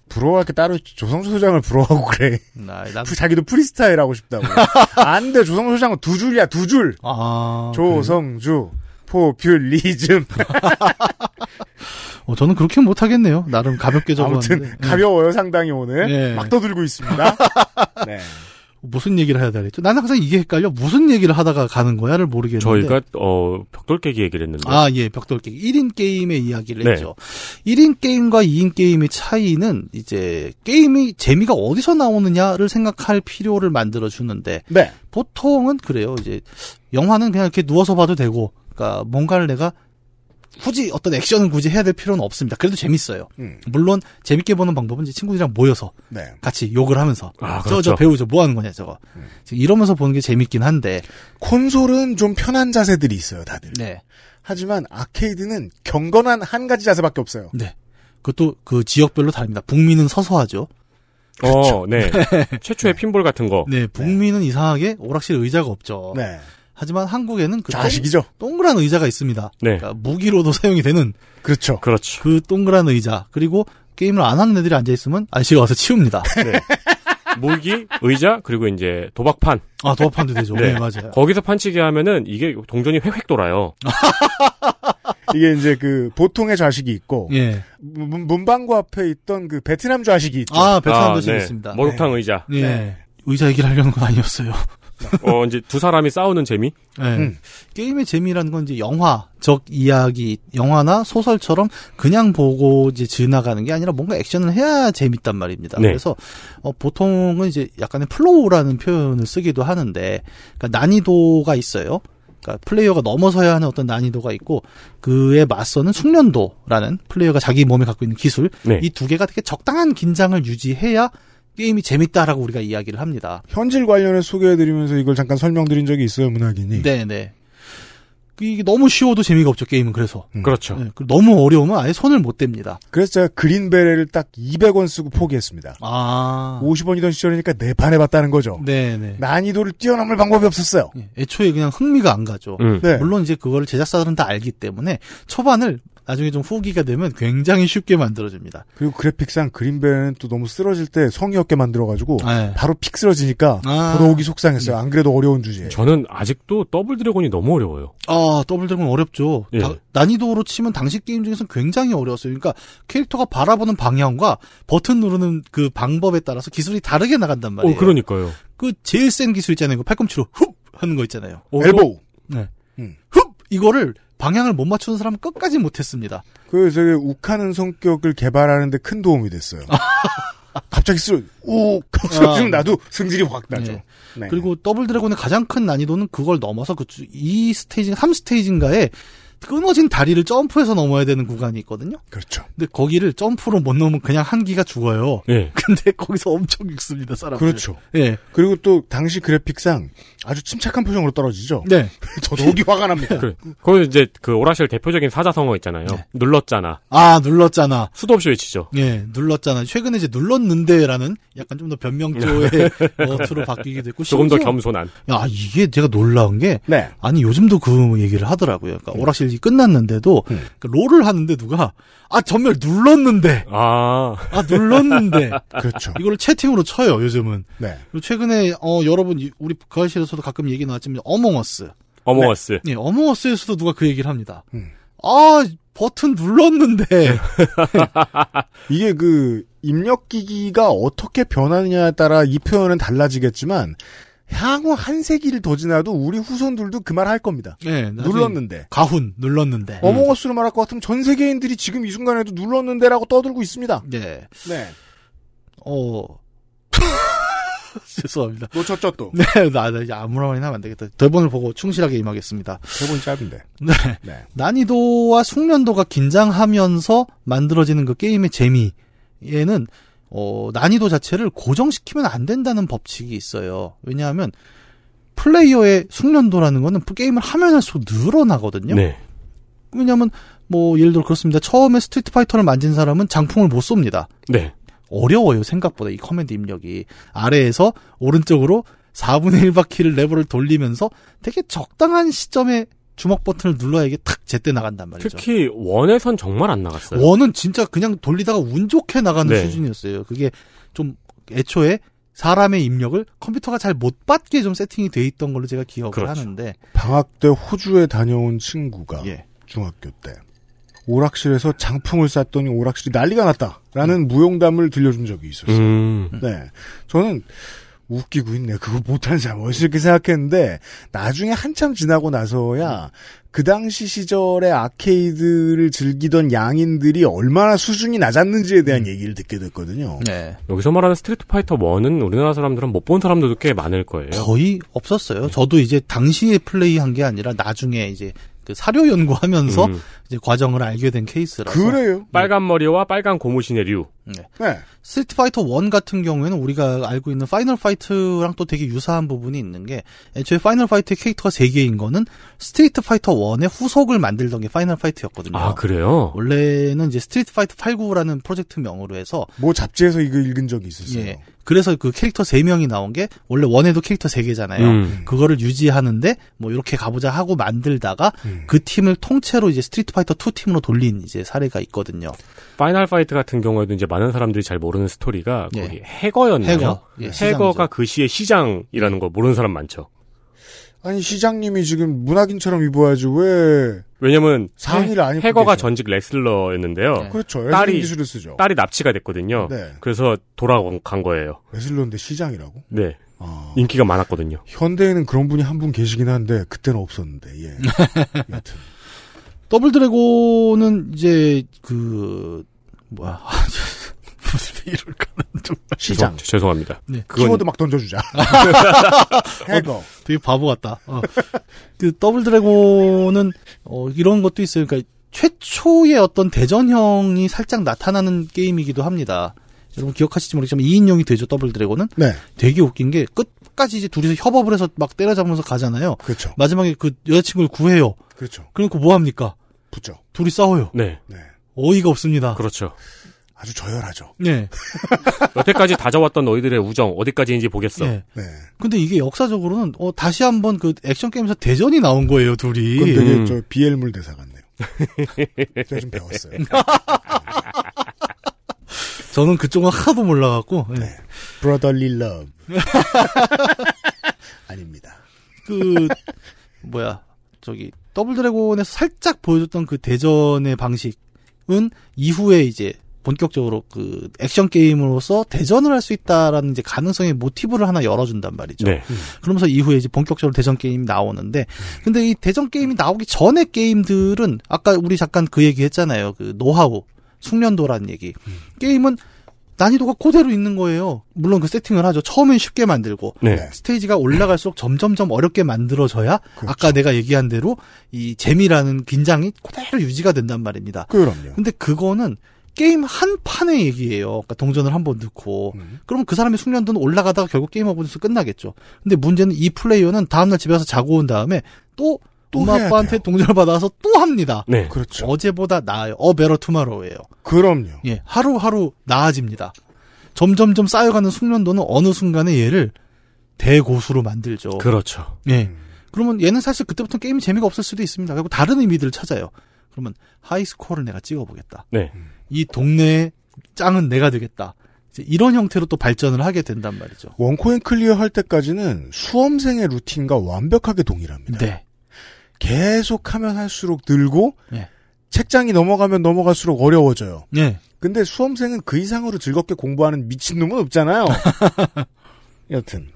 S2: 부러워할 게 따로 있지. 조성수 소장을 부러워하고 그래.
S8: 아, 나, 난,
S2: 자기도 프리스타일 하고 싶다고. 안 돼, 조성수 소장은 두 줄이야, 두 줄.
S8: 아.
S2: 조성주, 포퓰리즘.
S8: 그래요? 어, 저는 그렇게 는 못하겠네요. 나름 가볍게
S2: 아무튼
S8: 적었는데.
S2: 가벼워요, 상당히 오늘.
S8: 네.
S2: 막 떠들고 있습니다. 네.
S8: 무슨 얘기를 해야 되겠죠? 나는 항상 이게 헷갈려. 무슨 얘기를 하다가 가는 거야를 모르겠는데.
S3: 저희가, 어, 벽돌 깨기 얘기를 했는데. 어,
S8: 아, 예, 벽돌 게임. 1인 게임의 이야기를
S3: 네.
S8: 했죠. 1인 게임과 2인 게임의 차이는 이제 게임이 재미가 어디서 나오느냐를 생각할 필요를 만들어 주는데
S2: 네.
S8: 보통은 그래요. 이제 영화는 그냥 이렇게 누워서 봐도 되고 그러니까 뭔가를 내가 굳이 어떤 액션을 굳이 해야 될 필요는 없습니다. 그래도 재밌어요.
S2: 음.
S8: 물론 재밌게 보는 방법은 이제 친구들이랑 모여서
S2: 네.
S8: 같이 욕을 하면서
S3: 아,
S8: 저,
S3: 그렇죠.
S8: 저
S3: 네.
S8: 배우 저뭐 하는 거냐 저거 지금 이러면서 보는 게 재밌긴 한데
S2: 콘솔은 좀 편한 자세들이 있어요, 다들.
S8: 네.
S2: 하지만 아케이드는 경건한 한 가지 자세밖에 없어요.
S8: 네. 그것도 그 지역별로 다릅니다. 북미는 서서 하죠.
S3: 어, 네. 최초의 핀볼 같은 거.
S8: 그렇죠. 네, 북미는 이상하게 오락실 의자가 없죠.
S2: 네.
S8: 하지만 한국에는 그
S2: 좌식이죠.
S8: 동, 그란 의자가 있습니다.
S3: 네.
S8: 그러니까 무기로도 사용이 되는
S2: 그렇죠.
S3: 그렇죠.
S8: 그 동그란 의자. 그리고 게임을 안 하는 애들이 앉아 있으면 아저씨가 와서 치웁니다.
S3: 네. 물기, 의자, 그리고 이제 도박판.
S8: 아, 도합판도 되죠.
S3: 네.
S8: 네, 맞아요.
S3: 거기서 판치기 하면은 이게 동전이 획획 돌아요.
S2: 이게 이제 그 보통의 좌식이 있고
S8: 예.
S2: 문, 문방구 앞에 있던 그 베트남 좌식이 있죠.
S8: 아, 베트남도
S3: 아,
S8: 아,
S3: 네.
S8: 있습니다.
S3: 목욕탕 의자.
S8: 예. 의자 얘기를 하려는 건 아니었어요.
S3: 어, 이제 두 사람이 싸우는 재미?
S8: 네.
S2: 음.
S8: 게임의 재미라는 건 이제 영화, 적 이야기, 영화나 소설처럼 그냥 보고 이제 지나가는 게 아니라 뭔가 액션을 해야 재밌단 말입니다.
S3: 네.
S8: 그래서 어, 보통은 이제 약간의 플로우라는 표현을 쓰기도 하는데 그러니까 난이도가 있어요. 그러니까 플레이어가 넘어서야 하는 어떤 난이도가 있고 그에 맞서는 숙련도라는 플레이어가 자기 몸에 갖고 있는 기술
S3: 네.
S8: 이 두 개가 되게 적당한 긴장을 유지해야 게임이 재밌다라고 우리가 이야기를 합니다.
S2: 현실 관련해 소개해드리면서 이걸 잠깐 설명드린 적이 있어요, 문학인이.
S8: 네네. 이게 너무 쉬워도 재미가 없죠 게임은 그래서
S2: 음.
S3: 그렇죠.
S8: 네, 그리고 너무 어려우면 아예 손을 못 댑니다.
S2: 그래서 제가 그린베레를 딱 200원 쓰고 포기했습니다.
S8: 아, 음.
S2: 50원이던 시절이니까 네판 해봤다는 거죠.
S8: 네네.
S2: 난이도를 뛰어넘을 방법이 없었어요.
S8: 예, 애초에 그냥 흥미가 안 가죠.
S3: 음.
S2: 네.
S8: 물론 이제 그거를 제작사들은 다 알기 때문에 초반을 나중에 좀 후기가 되면 굉장히 쉽게 만들어집니다.
S2: 그리고 그래픽상 그린베레는 또 너무 쓰러질 때 성의 없게 만들어가지고
S8: 네.
S2: 바로 픽 쓰러지니까
S8: 아.
S2: 돌아오기 속상했어요. 안 그래도 어려운 주제에.
S3: 저는 아직도 더블 드래곤이 너무 어려워요.
S8: 아, 더블 드래곤 어렵죠.
S3: 예.
S8: 다- 난이도로 치면 당시 게임 중에서는 굉장히 어려웠어요. 그러니까 캐릭터가 바라보는 방향과 버튼 누르는 그 방법에 따라서 기술이 다르게 나간단 말이에요.
S3: 어, 그러니까요.
S8: 그 제일 센 기술 있잖아요. 그 팔꿈치로 훅 하는 거 있잖아요.
S3: 어,
S2: 엘보우.
S8: 훅 이거를 방향을 못 맞추는 사람은 끝까지 못했습니다.
S2: 그 되게 욱하는 성격을 개발하는데 큰 도움이 됐어요. 갑자기 쓰러 욱 쓰러지면
S8: 아.
S2: 나도 승질이 확 나죠.
S8: 네.
S2: 네.
S8: 그리고 더블 드래곤의 가장 큰 난이도는 그걸 넘어서 그 이 스테이지 3 스테이지인가에 끊어진 다리를 점프해서 넘어야 되는 구간이 있거든요.
S2: 그렇죠.
S8: 근데 거기를 점프로 못 넘으면 그냥 한기가 죽어요.
S3: 예.
S8: 근데 거기서 엄청 익습니다, 사람들.
S2: 그렇죠.
S8: 예.
S2: 그리고 또 당시 그래픽상 아주 침착한 표정으로 떨어지죠.
S8: 네.
S2: 저도 오기 화가 납니다.
S3: 그래. 그건 이제 그 오라실 대표적인 사자성어 있잖아요.
S8: 네.
S3: 눌렀잖아.
S8: 아, 눌렀잖아.
S3: 수도 없이 외치죠.
S8: 예, 눌렀잖아. 최근에 이제 눌렀는데라는 약간 좀 더 변명조의 어투로 바뀌기도 했고.
S3: 조금 더
S8: 심지어-
S3: 겸손한.
S8: 야, 이게 제가 놀라운 게
S2: 네.
S8: 아니 요즘도 그 얘기를 하더라고요.
S2: 음.
S8: 그러니까 오락실이 끝났는데도 그러니까 롤을 하는데 누가 아 전멸 눌렀는데
S3: 아,
S8: 아 눌렀는데
S2: 그렇죠.
S8: 이걸 채팅으로 쳐요 요즘은.
S2: 네.
S8: 그리고 최근에 어 여러분 이- 우리 그할실에서도 가끔 얘기 나왔지만 어몽어스.
S3: 어몽어스.
S8: 예, 어몽어스에서도 누가 그 얘기를 합니다.
S2: 음. 네.
S8: 아 버튼 눌렀는데
S2: 이게 그 입력 기기가 어떻게 변하느냐에 따라 이 표현은 달라지겠지만 향후 한 세기를 더 지나도 우리 후손들도 그 말 할 겁니다.
S8: 예, 나중에
S2: 눌렀는데. 음.
S8: 가훈 눌렀는데.
S2: 어몽어스로 말할 것 같으면 전 세계인들이 지금 이 순간에도 눌렀는데라고 떠들고 있습니다.
S8: 네.
S2: 네.
S8: 어 죄송합니다.
S2: 놓쳤죠 또.
S8: 네, 나, 나 이제 아무런 말이나 하면 안 되겠다. 대본을 보고 충실하게 임하겠습니다.
S2: 대본 짧은데.
S8: 네.
S2: 네.
S8: 난이도와 숙련도가 긴장하면서 만들어지는 그 게임의 재미에는 어, 난이도 자체를 고정시키면 안 된다는 법칙이 있어요. 왜냐하면 플레이어의 숙련도라는 거는 그 게임을 하면 할수록 늘어나거든요.
S3: 네.
S8: 왜냐하면 뭐 예를 들어 그렇습니다. 처음에 스트리트 파이터를 만진 사람은 장풍을 못 쏩니다.
S3: 네.
S8: 어려워요 생각보다 이 커맨드 입력이 아래에서 오른쪽으로 4분의 1바퀴를 레버를 돌리면서 되게 적당한 시점에 주먹 버튼을 눌러야 이게 탁 제때 나간단 말이죠.
S3: 특히 원에선 정말 안 나갔어요.
S8: 원은 진짜 그냥 돌리다가 운 좋게 나가는
S3: 네.
S8: 수준이었어요. 그게 좀 애초에 사람의 입력을 컴퓨터가 잘 못 받게 좀 세팅이 돼 있던 걸로 제가 기억을
S3: 그렇죠. 아.
S8: 하는데
S2: 방학 때 호주에 다녀온 친구가
S8: 예.
S2: 중학교 때 오락실에서 장풍을 쐈더니 오락실이 난리가 났다라는 무용담을 들려준 적이 있었어요.
S3: 음.
S2: 네. 저는 웃기고 있네. 그거 못하는 사람 어디서 이렇게 생각했는데, 나중에 한참 지나고
S3: 음.
S2: 나서야, 그 당시 시절에 아케이드를 즐기던 양인들이 얼마나 수준이 낮았는지에 대한
S3: 음.
S2: 얘기를 듣게 됐거든요.
S8: 네.
S3: 여기서 말하는 스트리트 파이터 1은 우리나라 사람들은 못 본 사람들도 꽤 많을 거예요.
S8: 거의 없었어요. 저도 이제 당시에 플레이한 게 아니라 나중에 이제 그 사료 연구하면서
S3: 음.
S8: 이제 과정을 알게 된 케이스라서
S2: 그래요.
S3: 빨간 머리와 빨간 고무신의 류.
S2: 네.
S8: 스트리트 파이터 1 같은 경우에는 우리가 알고 있는 파이널 파이트랑 또 되게 유사한 부분이 있는 게 애초에 파이널 파이트의 캐릭터가 3개인 거는 스트리트 파이터 1의 후속을 만들던 게 파이널 파이트였거든요.
S3: 아, 그래요?
S8: 원래는 이제 스트리트 파이터 89라는 프로젝트 명으로 해서
S2: 뭐 잡지에서 이거 읽은 적이 있었어요.
S8: 예. 그래서 그 캐릭터 3명이 나온 게 원래 1에도 캐릭터 3개잖아요.
S3: 음.
S8: 그거를 유지하는데 뭐 이렇게 가보자 하고 만들다가
S2: 음.
S8: 그 팀을 통째로 이제 스트리트 파이터 2 팀으로 돌린 이제 사례가
S3: 음.
S8: 있거든요.
S3: 파이널 파이트 같은 경우에도 이제 많은 사람들이 잘 모르는 스토리가
S8: 예.
S3: 거기 해거였나요?
S8: 해거. 예,
S3: 해거가
S8: 시장이죠.
S3: 그 시의 시장이라는 거 모르는 사람 많죠.
S2: 아니, 시장님이 지금 문학인처럼 입어야지, 왜,
S3: 왜냐면
S2: 상의를 안 입고
S3: 해거가
S2: 계셔.
S3: 전직 레슬러였는데요.
S8: 네.
S2: 그렇죠. 레슬링
S3: 딸이-
S2: 기술을 쓰죠.
S3: 딸이 납치가 됐거든요.
S2: 네.
S3: 그래서 돌아간 거예요.
S2: 레슬러인데 시장이라고?
S3: 네. 인기가 많았거든요.
S2: 현대에는 그런 분이 한 분 계시긴 한데 그때는 없었는데. 예. 여튼
S8: 더블 드래곤은 이제 그 뭐야 무슨 이럴까는 좀
S2: 시장.
S3: 죄송- 죄송합니다.
S8: 네.
S3: 그건
S2: 키워드 막 던져주자. 어, 해거.
S8: 되게 바보 같다. 어. 그 더블 드래곤은 어, 이런 것도 있어요. 그러니까 최초의 어떤 대전형이 살짝 나타나는 게임이기도 합니다. 여러분 기억하실지 모르겠지만 2인용이 되죠. 더블 드래곤은
S2: 네.
S8: 되게 웃긴 게 끝까지 이제 둘이서 협업을 해서 막 때려잡으면서 가잖아요.
S2: 그렇죠.
S8: 마지막에 그 여자친구를 구해요.
S2: 그렇죠.
S8: 그러니까 뭐 합니까?
S2: 붙죠.
S8: 둘이 싸워요.
S3: 네,
S2: 네.
S8: 어이가 없습니다.
S3: 그렇죠.
S2: 아주 저열하죠.
S8: 네.
S3: 여태까지 다져왔던 너희들의 우정 어디까지인지 보겠어.
S8: 네.
S2: 네.
S8: 근데 이게 역사적으로는 어, 다시 한번 그 액션 게임에서 대전이 나온 거예요, 둘이.
S2: 그건 되게
S3: 음.
S2: 저 BL물 대사 같네요. 제가 좀 배웠어요.
S8: 저는 그쪽은 하도 몰라갖고.
S3: 네.
S8: 예.
S2: 브러더리 러브. 아닙니다.
S8: 그 뭐야 저기 더블 드래곤에서 살짝 보여줬던 그 대전의 방식은 이후에 이제 본격적으로 그 액션 게임으로서 대전을 할 수 있다라는 이제 가능성의 모티브를 하나 열어준단 말이죠.
S3: 네,
S8: 그러면서 이후에 이제 본격적으로 대전 게임이 나오는데, 근데 이 대전 게임이 나오기 전에 게임들은 아까 우리 잠깐 그 얘기했잖아요. 그 노하우, 숙련도란 얘기. 게임은 난이도가 그대로 있는 거예요. 물론 그 세팅을 하죠. 처음엔 쉽게 만들고
S3: 네.
S2: 네.
S8: 스테이지가 올라갈수록 점점점 어렵게 만들어져야
S2: 그렇죠.
S8: 아까 내가 얘기한 대로 이 재미라는 긴장이 그대로 유지가 된단 말입니다.
S2: 그럼요.
S8: 근데 그거는 게임 한 판의 얘기예요. 그러니까 동전을 한 번 넣고
S2: 음.
S8: 그러면 그 사람의 숙련도는 올라가다가 결국 게임 오버뉴스 끝나겠죠. 근데 문제는 이 플레이어는 다음날 집에 와서 자고 온 다음에 또,
S2: 또
S8: 엄마
S2: 해야
S8: 아빠한테
S2: 돼요.
S8: 동전을 받아서 또 합니다.
S3: 네.
S2: 그렇죠.
S8: 어제보다 나아요. 어 베러 투마로우예요.
S2: 그럼요.
S8: 예, 하루하루 나아집니다. 점점점 쌓여가는 숙련도는 어느 순간에 얘를 대고수로 만들죠.
S3: 그렇죠.
S8: 예. 그러면 얘는 사실 그때부터 게임이 재미가 없을 수도 있습니다. 그리고 다른 의미들을 찾아요. 그러면 하이스코어를 내가 찍어보겠다.
S3: 네.
S2: 음.
S8: 이 동네의 짱은 내가 되겠다. 이제 이런 형태로 또 발전을 하게 된단 말이죠.
S2: 원코인 클리어 할 때까지는 수험생의 루틴과 완벽하게 동일합니다.
S8: 네.
S2: 계속 하면 할수록 늘고
S8: 예.
S2: 책장이 넘어가면 넘어갈수록 어려워져요.
S8: 예.
S2: 근데 수험생은 그 이상으로 즐겁게 공부하는 미친놈은 없잖아요. 여튼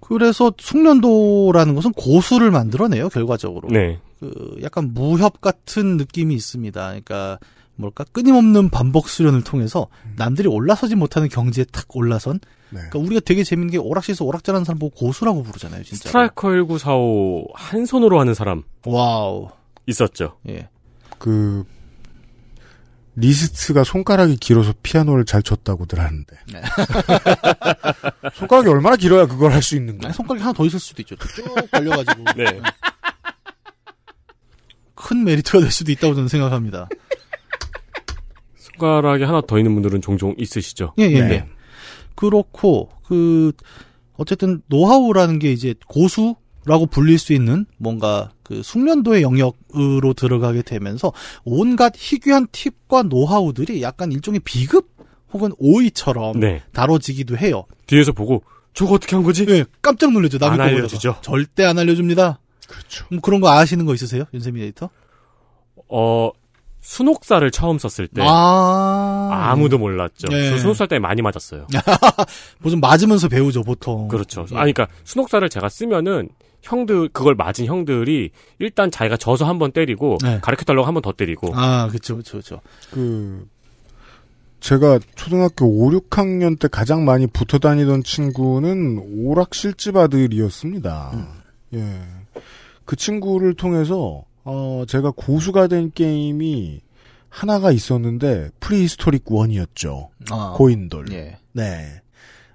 S8: 그래서 숙련도라는 것은 고수를 만들어내요, 결과적으로.
S3: 네.
S8: 그 약간 무협 같은 느낌이 있습니다. 그러니까 뭘까? 끊임없는 반복 수련을 통해서 남들이 올라서지 못하는 경지에 탁 올라선.
S2: 네.
S8: 그러니까 우리가 되게 재밌는 게 오락실에서 오락잘하는 사람 보고 고수라고 부르잖아요, 진짜.
S3: 스트라이커 1945 한 손으로 하는 사람
S8: 와우.
S3: 있었죠.
S8: 예.
S2: 그 리스트가 손가락이 길어서 피아노를 잘 쳤다고들 하는데
S8: 네.
S2: 손가락이 얼마나 길어야 그걸 할 수 있는 거야?
S8: 아니, 손가락이 하나 더 있을 수도 있죠. 쭉 걸려가지고.
S3: 네.
S8: 큰 메리트가 될 수도 있다고 저는 생각합니다.
S3: 손가락에 하나 더 있는 분들은 종종 있으시죠.
S8: 예, 예,
S2: 네.
S8: 예. 그렇고, 그, 어쨌든, 노하우라는 게 이제 고수라고 불릴 수 있는 뭔가 그 숙련도의 영역으로 들어가게 되면서 온갖 희귀한 팁과 노하우들이 약간 일종의 비급 혹은
S2: 음.
S8: 오이처럼
S3: 네.
S8: 다뤄지기도 해요.
S3: 뒤에서 보고 저거 어떻게 한 거지?
S2: 네.
S8: 예, 깜짝 놀라죠. 남의
S3: 안
S8: 거 보다가.
S3: 알려주죠.
S8: 절대 안 알려줍니다.
S2: 그렇죠.
S8: 음, 그런 거 아시는 거 있으세요? 윤세미 에디터?
S3: 어 순옥사를 처음 썼을 때
S8: 아.
S3: 네. 아무도 몰랐죠.
S8: 예.
S3: 저 순옥살 때 많이 맞았어요.
S8: 아, 뭐좀 맞으면서 배우죠, 보통.
S3: 그렇죠.
S8: 예.
S3: 아니, 그러니까 순옥사를 제가 쓰면은 형들 그걸 맞은 형들이 일단 자기가 져서 한 번 때리고
S8: 네.
S3: 가르쳐 달라고 한 번 더 때리고
S8: 아, 그쵸, 그쵸, 그쵸.
S2: 그 제가 초등학교 5, 6학년 때 가장 많이 붙어 다니던 친구는 오락실집 아들이었습니다.
S8: 음.
S2: 예. 그 친구를 통해서 어 제가 고수가 된 게임이 하나가 있었는데 프리히스토릭 원이었죠.
S8: 아.
S2: 고인돌.
S8: 예.
S2: 네.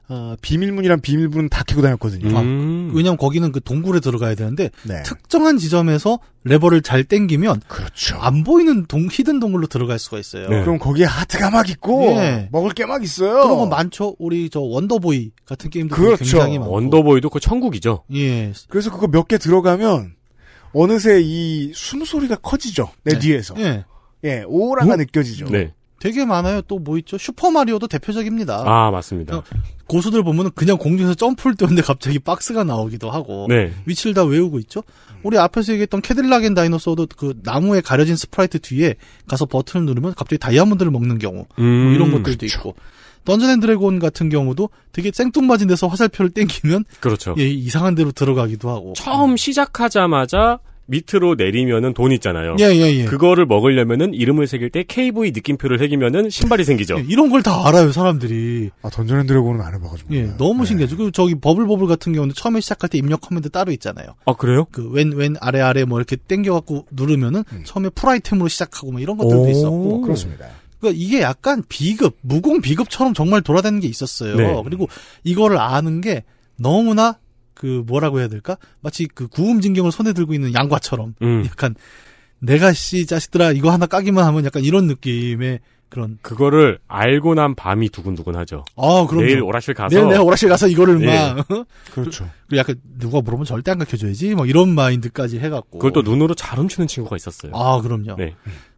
S2: 아, 비밀문이란 비밀문은 다 캐고 다녔거든요.
S3: 음.
S8: 왜냐면 거기는 그 동굴에 들어가야 되는데
S2: 네.
S8: 특정한 지점에서 레버를 잘 땡기면
S2: 그렇죠.
S8: 안 보이는 동 히든 동굴로 들어갈 수가 있어요.
S3: 네.
S2: 그럼 거기에 하트가 막 있고
S8: 예.
S2: 먹을 게 막 있어요.
S8: 그런 거 많죠. 우리 저 원더보이 같은 게임도
S2: 그렇죠.
S8: 굉장히 많고.
S3: 원더보이도 그렇죠. 그 천국이죠.
S8: 예.
S2: 그래서 그거 몇 개 들어가면 어느새 이 숨소리가 커지죠 내
S8: 네.
S2: 뒤에서
S8: 예.
S2: 예 오라가 느껴지죠
S8: 아,
S3: 네.
S8: 되게 많아요. 또 뭐 있죠? 슈퍼 마리오도 대표적입니다.
S3: 아, 맞습니다.
S8: 고수들 보면은 그냥 공중에서 점프를 뛰었는데 갑자기 박스가 나오기도 하고.
S3: 네. 음.
S8: 위치를 다 외우고 있죠. 우리 앞에서 얘기했던 캐딜락 앤 다이노소도 그 나무에 가려진 스프라이트 뒤에 가서 버튼을 누르면 갑자기 다이아몬드를 먹는 경우. 뭐
S3: 음.
S8: 이런 것들도 있고 던전앤드래곤 같은 경우도 되게 생뚱맞은 데서 화살표를 땡기면
S3: 그렇죠.
S8: 예, 이상한 데로 들어가기도 하고.
S3: 처음 시작하자마자 밑으로 내리면은 돈 있잖아요.
S8: 예, 예, 예.
S3: 그거를 먹으려면은 이름을 새길 때 KV 느낌표를 새기면은 신발이 생기죠.
S8: 예, 이런 걸 다 알아요, 사람들이.
S2: 아, 던전앤드래곤은 안 해봐가지고.
S3: 네,
S2: 네.
S8: 예, 너무 신기하죠. 그 저기 버블버블 같은 경우는 처음에 시작할 때 입력 커맨드 따로 있잖아요.
S3: 아 그래요?
S8: 그 왼, 왼, 아래, 아래 뭐 이렇게 땡겨갖고 누르면은 처음에 풀 아이템으로 시작하고 뭐 이런
S3: 오.
S8: 것들도
S3: 그렇죠.
S8: 있었고.
S2: 어, 그렇습니다.
S8: 그러니까 이게 약간 비급, 무공 비급처럼 정말 돌아다니는 게 있었어요.
S3: 네.
S8: 그리고 이거를 아는 게 너무나 그 뭐라고 해야 될까? 마치 그 구음진경을 손에 들고 있는 양과처럼
S3: 음.
S8: 약간 내가 씨 자식들아 이거 하나 까기만 하면 약간 이런 느낌의 그런
S3: 그거를 알고 난 밤이 두근두근하죠.
S8: 아 그럼
S3: 내일 오라실 가서
S8: 내일 내가 오락실 가서 이거를
S3: 예.
S8: 막
S2: 그렇죠.
S8: 그리고 약간 누가 물으면 절대 안 가르쳐줘야지 뭐 이런 마인드까지 해갖고
S3: 그걸 또 눈으로 잘 훔치는 친구가 있었어요.
S8: 아 그럼요
S3: 네.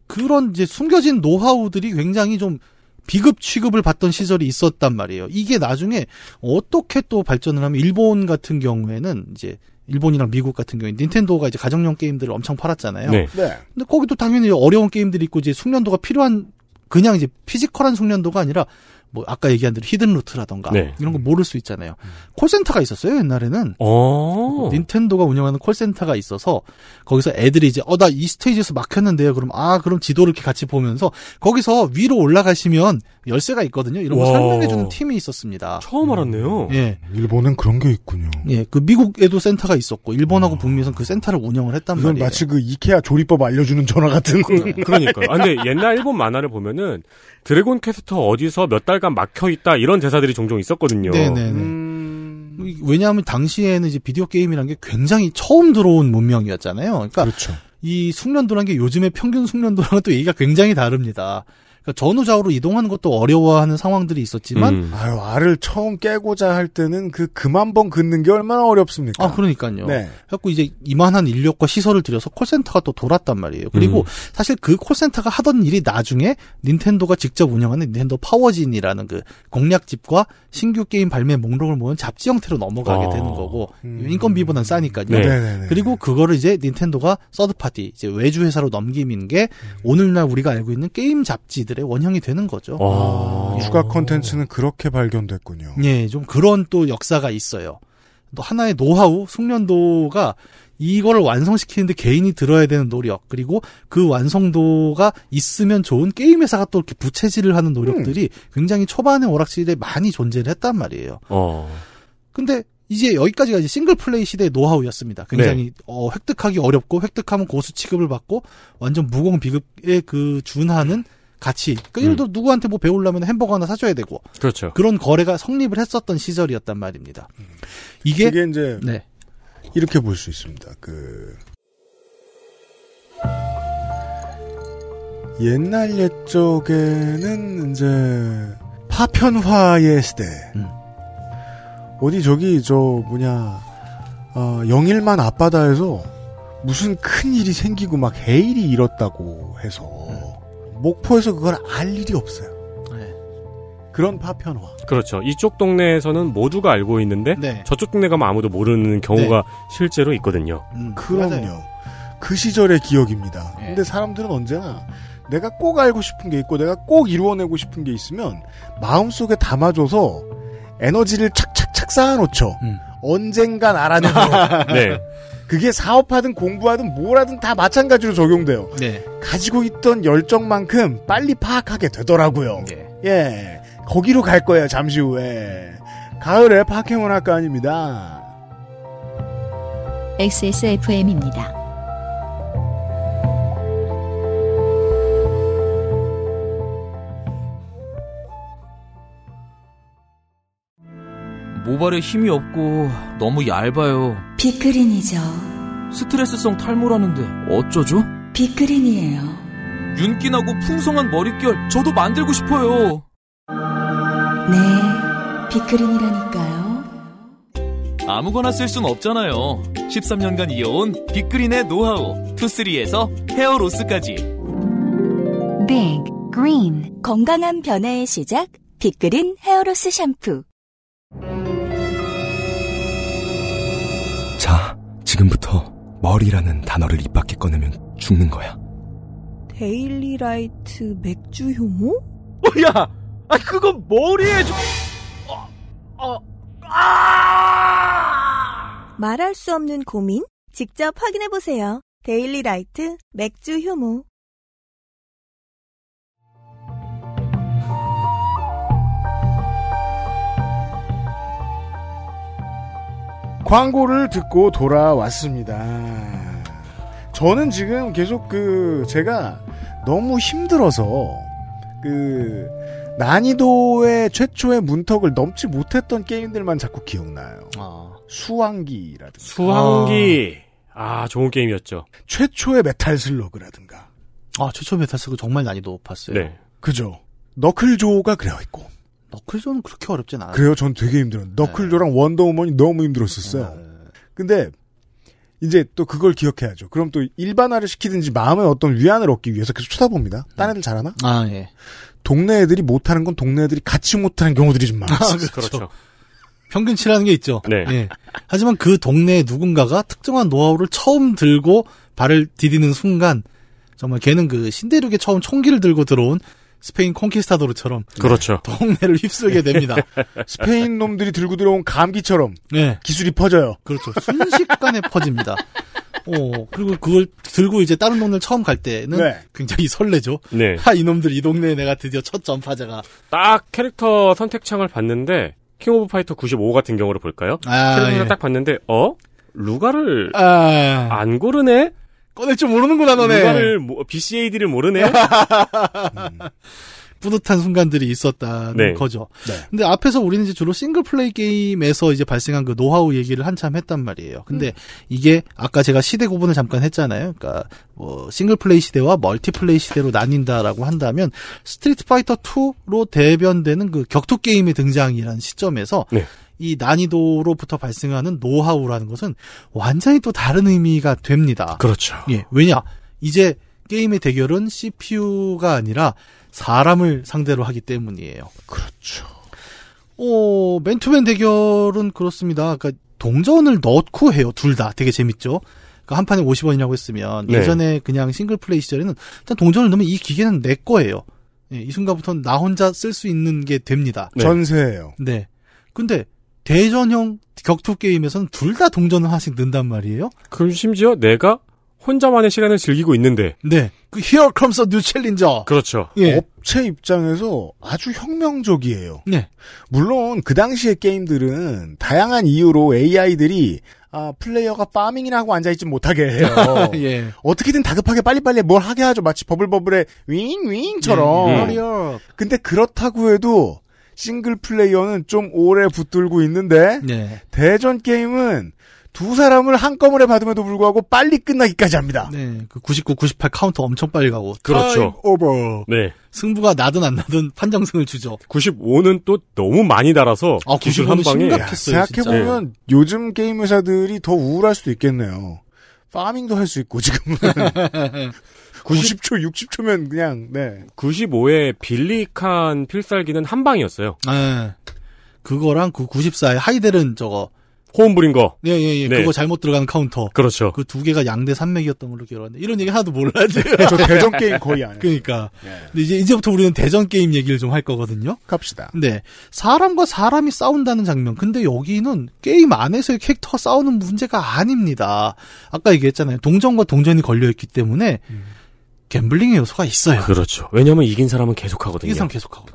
S8: 그런 이제 숨겨진 노하우들이 굉장히 좀 비급 취급을 받던 시절이 있었단 말이에요 이게 나중에 어떻게 또 발전을 하면 일본 같은 경우에는 이제 일본이랑 미국 같은 경우에 닌텐도가 이제 가정용 게임들을 엄청 팔았잖아요
S3: 네.
S2: 네.
S8: 근데 거기도 당연히 어려운 게임들이 있고 이제 숙련도가 필요한 그냥 이제 피지컬한 숙련도가 아니라 뭐 아까 얘기한 대로 히든 루트라던가
S3: 네.
S8: 이런 거 모를 수 있잖아요 콜센터가 있었어요 옛날에는
S3: 어.
S8: 닌텐도가 운영하는 콜센터가 있어서 거기서 애들이 이제 어 나 이 스테이지에서 막혔는데요. 그럼 아 그럼 지도를 이렇게 같이 보면서 거기서 위로 올라가시면 열쇠가 있거든요. 이런 거
S3: 와.
S8: 설명해주는 팀이 있었습니다.
S3: 처음 알았네요.
S8: 예.
S2: 일본은 그런 게 있군요.
S8: 예, 그 미국에도 센터가 있었고 일본하고 북미에선 그 센터를 운영을 했단
S2: 음. 이건
S8: 말이에요.
S2: 마치 그 이케아 조리법 알려주는 전화 같은 거.
S3: 그러니까요. 아, 근데 옛날 일본 만화를 보면은 드래곤 퀘스터 어디서 몇 달간 막혀 있다 이런 대사들이 종종 있었거든요.
S8: 네네네.
S2: 음.
S8: 왜냐하면 당시에는 이제 비디오 게임이란 게 굉장히 처음 들어온 문명이었잖아요. 그러니까
S2: 그렇죠.
S8: 이 숙련도란 게 요즘의 평균 숙련도랑은 또 얘기가 굉장히 다릅니다. 그러니까 전후좌우로 이동하는 것도 어려워하는 상황들이 있었지만
S3: 음.
S2: 아유, 알을 처음 깨고자 할 때는 그 금 한 번 긋는 게 얼마나 어렵습니까?
S8: 아, 그러니까요.
S2: 네.
S8: 그래갖고 이제 이만한 인력과 시설을 들여서 콜센터가 또 돌았단 말이에요. 그리고
S3: 음.
S8: 사실 그 콜센터가 하던 일이 나중에 닌텐도가 직접 운영하는 닌텐도 파워진이라는 그 공략집과 신규 게임 발매 목록을 모은 잡지 형태로 넘어가게
S3: 아.
S8: 되는 거고
S2: 음.
S8: 인건비보단 싸니까요.
S3: 네.
S2: 네네네.
S8: 그리고 그거를 이제 닌텐도가 서드 파티 이제 외주 회사로 넘기는 게
S3: 음.
S8: 오늘날 우리가 알고 있는 게임 잡지들의 원형이 되는 거죠.
S3: 와.
S2: 아, 추가 컨텐츠는 그렇게 발견됐군요.
S8: 예, 좀 그런 또 역사가 있어요. 또 하나의 노하우, 숙련도가 이거를 완성시키는데 개인이 들어야 되는 노력, 그리고 그 완성도가 있으면 좋은 게임 회사가 또 이렇게 부채질을 하는 노력들이 굉장히 초반의 오락실에 많이 존재를 했단 말이에요.
S3: 어.
S8: 근데 이제 여기까지가 이제 싱글 플레이 시대의 노하우였습니다. 굉장히 어, 획득하기 어렵고 획득하면 고수 취급을 받고 완전 무공 비급에 그 준하는 가치. 그러니까 예를 들어 누구한테 뭐 배우려면 햄버거 하나 사줘야 되고
S3: 그렇죠.
S8: 그런 거래가 성립을 했었던 시절이었단 말입니다. 이게
S2: 이게 이제
S8: 네.
S2: 이렇게 볼 수 있습니다. 그 옛날 옛적에는 이제 파편화의 시대.
S8: 음.
S2: 어디 저기 저 뭐냐 아, 영일만 앞바다에서 무슨 큰 일이 생기고 막 해일이 일었다고 해서 목포에서 그걸 알 일이 없어요.
S8: 음. 네.
S2: 그런 파편화.
S3: 그렇죠. 이쪽 동네에서는 모두가 알고 있는데
S8: 네.
S3: 저쪽 동네 가면 뭐 아무도 모르는 경우가 실제로 있거든요.
S8: 음,
S2: 그럼요.
S8: 맞아요.
S2: 그 시절의 기억입니다.
S8: 예.
S2: 근데 사람들은 언제나 내가 꼭 알고 싶은 게 있고 내가 꼭 이루어내고 싶은 게 있으면 마음속에 담아줘서 에너지를 착착착 쌓아놓죠.
S8: 음.
S2: 언젠간 알아내고
S3: 네.
S2: 그게 사업하든 공부하든 뭐라든 다 마찬가지로 적용돼요.
S8: 네.
S2: 가지고 있던 열정만큼 빨리 파악하게 되더라고요.
S8: 네.
S2: 예, 거기로 갈 거예요, 잠시 후에. 가을에 파케몬 학과 아닙니다.
S1: XSFM입니다.
S10: 모발에 힘이 없고 너무 얇아요.
S1: 비크린이죠.
S10: 스트레스성 탈모라는데 어쩌죠?
S1: 비크린이에요. 네,
S10: 윤기나고 풍성한 머릿결 저도 만들고 싶어요.
S1: 네, 비크린이라니까요.
S10: 아무거나 쓸 순 없잖아요. 13년간 이어온 빅그린의 노하우 투쓰리에서 헤어로스까지
S1: Big Green 건강한 변화의 시작 빅그린 헤어로스 샴푸
S11: 자, 지금부터 머리라는 단어를 입 밖에 꺼내면 죽는 거야.
S10: 뭐야
S12: 아 그건 머리에 좀
S13: 말할 수 없는 고민? 직접 확인해보세요. 데일리 라이트 맥주 효모.
S2: 광고를 듣고 돌아왔습니다. 저는 지금 계속 그 제가 너무 힘들어서 그 난이도의 최초의 문턱을 넘지 못했던 게임들만 자꾸 기억나요. 수왕기라든가.
S3: 수환기. 아, 좋은 게임이었죠.
S2: 최초의 메탈 슬러그라든가.
S8: 아, 최초 메탈 슬러그 정말 난이도 높았어요.
S3: 네.
S2: 그죠. 너클조가 그래요.
S8: 너클존은 그렇게 어렵진 않아요.
S2: 그래요. 전 되게 힘들었는데 너클조랑 원더우먼이 너무 힘들었었어요.
S3: 네.
S2: 근데 이제 또 그걸 기억해야죠. 그럼 또 일반화를 시키든지 마음의 어떤 위안을 얻기 위해서 계속 쳐다봅니다.
S3: 음.
S2: 딴 애들 잘하나?
S8: 아, 예.
S2: 동네 애들이 못하는 건 동네 애들이 같이 못하는 경우들이 좀
S3: 아,
S2: 많았어요.
S8: 그렇죠. 평균치라는 게 있죠.
S3: 네.
S8: 예. 하지만 그 동네에 누군가가 특정한 노하우를 처음 들고 발을 디디는 순간 정말 걔는 그 신대륙에 처음 총기를 들고 들어온 스페인 콘키스타도르처럼
S3: 그렇죠.
S8: 동네를 휩쓸게 됩니다.
S2: 스페인 놈들이 들고 들어온 감기처럼
S8: 네.
S2: 기술이 퍼져요.
S8: 그렇죠. 순식간에 퍼집니다. 어, 그리고 그걸 들고 이제 다른 동네를 처음 갈 때는
S3: 네.
S8: 굉장히 설레죠.
S3: 네.
S8: 하, 이놈들 이 동네에 내가 드디어 첫 전파자가.
S3: 딱 캐릭터 선택창을 봤는데 킹 오브 파이터 95 같은 경우를 볼까요?
S8: 아,
S3: 캐릭터
S8: 예.
S3: 딱 봤는데 어 루가를
S8: 아.
S3: 안 고르네.
S8: 꺼낼 줄 모르는구나 너네.
S3: 루가를 모- BCAD를 모르네.
S8: 뿌듯한 순간들이 있었다는
S3: 네.
S8: 거죠.
S2: 네.
S8: 근데 앞에서 우리는 이제 주로 싱글 플레이 게임에서 이제 발생한 그 노하우 얘기를 한참 했단 말이에요. 근데 이게 아까 제가 시대 구분을 잠깐 했잖아요. 그러니까 뭐 싱글 플레이 시대와 멀티 플레이 시대로 나뉜다라고 한다면 스트리트 파이터 2로 대변되는 그 격투 게임의 등장이라는 시점에서 이 난이도로부터 발생하는 노하우라는 것은 완전히 또 다른 의미가 됩니다.
S3: 그렇죠.
S8: 예, 왜냐? 이제 게임의 대결은 CPU가 아니라 사람을 상대로 하기 때문이에요.
S2: 그렇죠.
S8: 어, 맨투맨 대결은 그렇습니다. 그러니까 동전을 넣고 해요. 둘 다. 되게 재밌죠. 그러니까 한 판에 50원이라고 했으면
S12: 네.
S8: 예전에 그냥 싱글 플레이 시절에는 일단 동전을 넣으면 이 기계는 내 거예요. 예, 이 순간부터는 나 혼자 쓸 수 있는 게 됩니다.
S2: 전세예요.
S8: 네. 근데 대전형 격투 게임에서는 둘 다 동전을 하나씩 넣는단 말이에요.
S3: 그럼 심지어 내가 혼자만의 시간을 즐기고 있는데.
S8: 네. 그 Here comes a new challenger.
S3: 그렇죠.
S2: 업체 입장에서 아주 혁명적이에요.
S8: 네.
S2: 물론 그 당시의 게임들은 다양한 이유로 AI들이 아, 플레이어가 파밍이나 하고 앉아있지 못하게 해요.
S3: 어.
S8: 예.
S2: 어떻게든 다급하게 빨리빨리 뭘 하게 하죠. 마치 버블버블의 윙윙처럼.
S8: 네, 네. 워리어.
S2: 근데 그렇다고 해도 싱글 플레이어는 좀 오래 붙들고 있는데
S8: 네.
S2: 대전 게임은 두 사람을 한꺼번에 받음에도 불구하고 빨리 끝나기까지 합니다.
S8: 네. 그 99, 98 카운터 엄청 빨리 가고.
S3: 그렇죠.
S2: 어,
S8: 타임 오버.
S3: 네.
S8: 승부가 나든 안 나든 판정승을 주죠.
S3: 95는 또 너무 많이 달아서
S8: 아,
S3: 기술 한
S8: 95는
S3: 방에
S8: 심각했어요, 네.
S2: 생각해보면 요즘 게임 회사들이 더 우울할 수도 있겠네요. 파밍도 할 수 있고 지금은 90초, 60초면 그냥 네.
S3: 95의 빌리칸 필살기는 한 방이었어요.
S8: 네. 그거랑 그 94의 하이델은 저거.
S3: 호흡 부린 거.
S8: 예, 예, 예.
S3: 네.
S8: 그거 잘못 들어가는 카운터.
S3: 그렇죠.
S8: 그 두 개가 양대 산맥이었던 걸로 기억하는데. 이런 얘기 하나도 몰라요.
S2: 저 대전 게임 거의 안 해요.
S8: 그니까.
S3: 네.
S8: 근데 이제, 이제부터 우리는 대전 게임 얘기를 좀 할 거거든요.
S2: 갑시다.
S8: 네. 사람과 사람이 싸운다는 장면. 근데 여기는 게임 안에서의 캐릭터가 싸우는 문제가 아닙니다. 아까 얘기했잖아요. 동전과 동전이 걸려있기 때문에 갬블링의 요소가 있어요.
S3: 그렇죠. 왜냐면 이긴 사람은 계속 하거든요.
S8: 이긴 사람 계속 하고.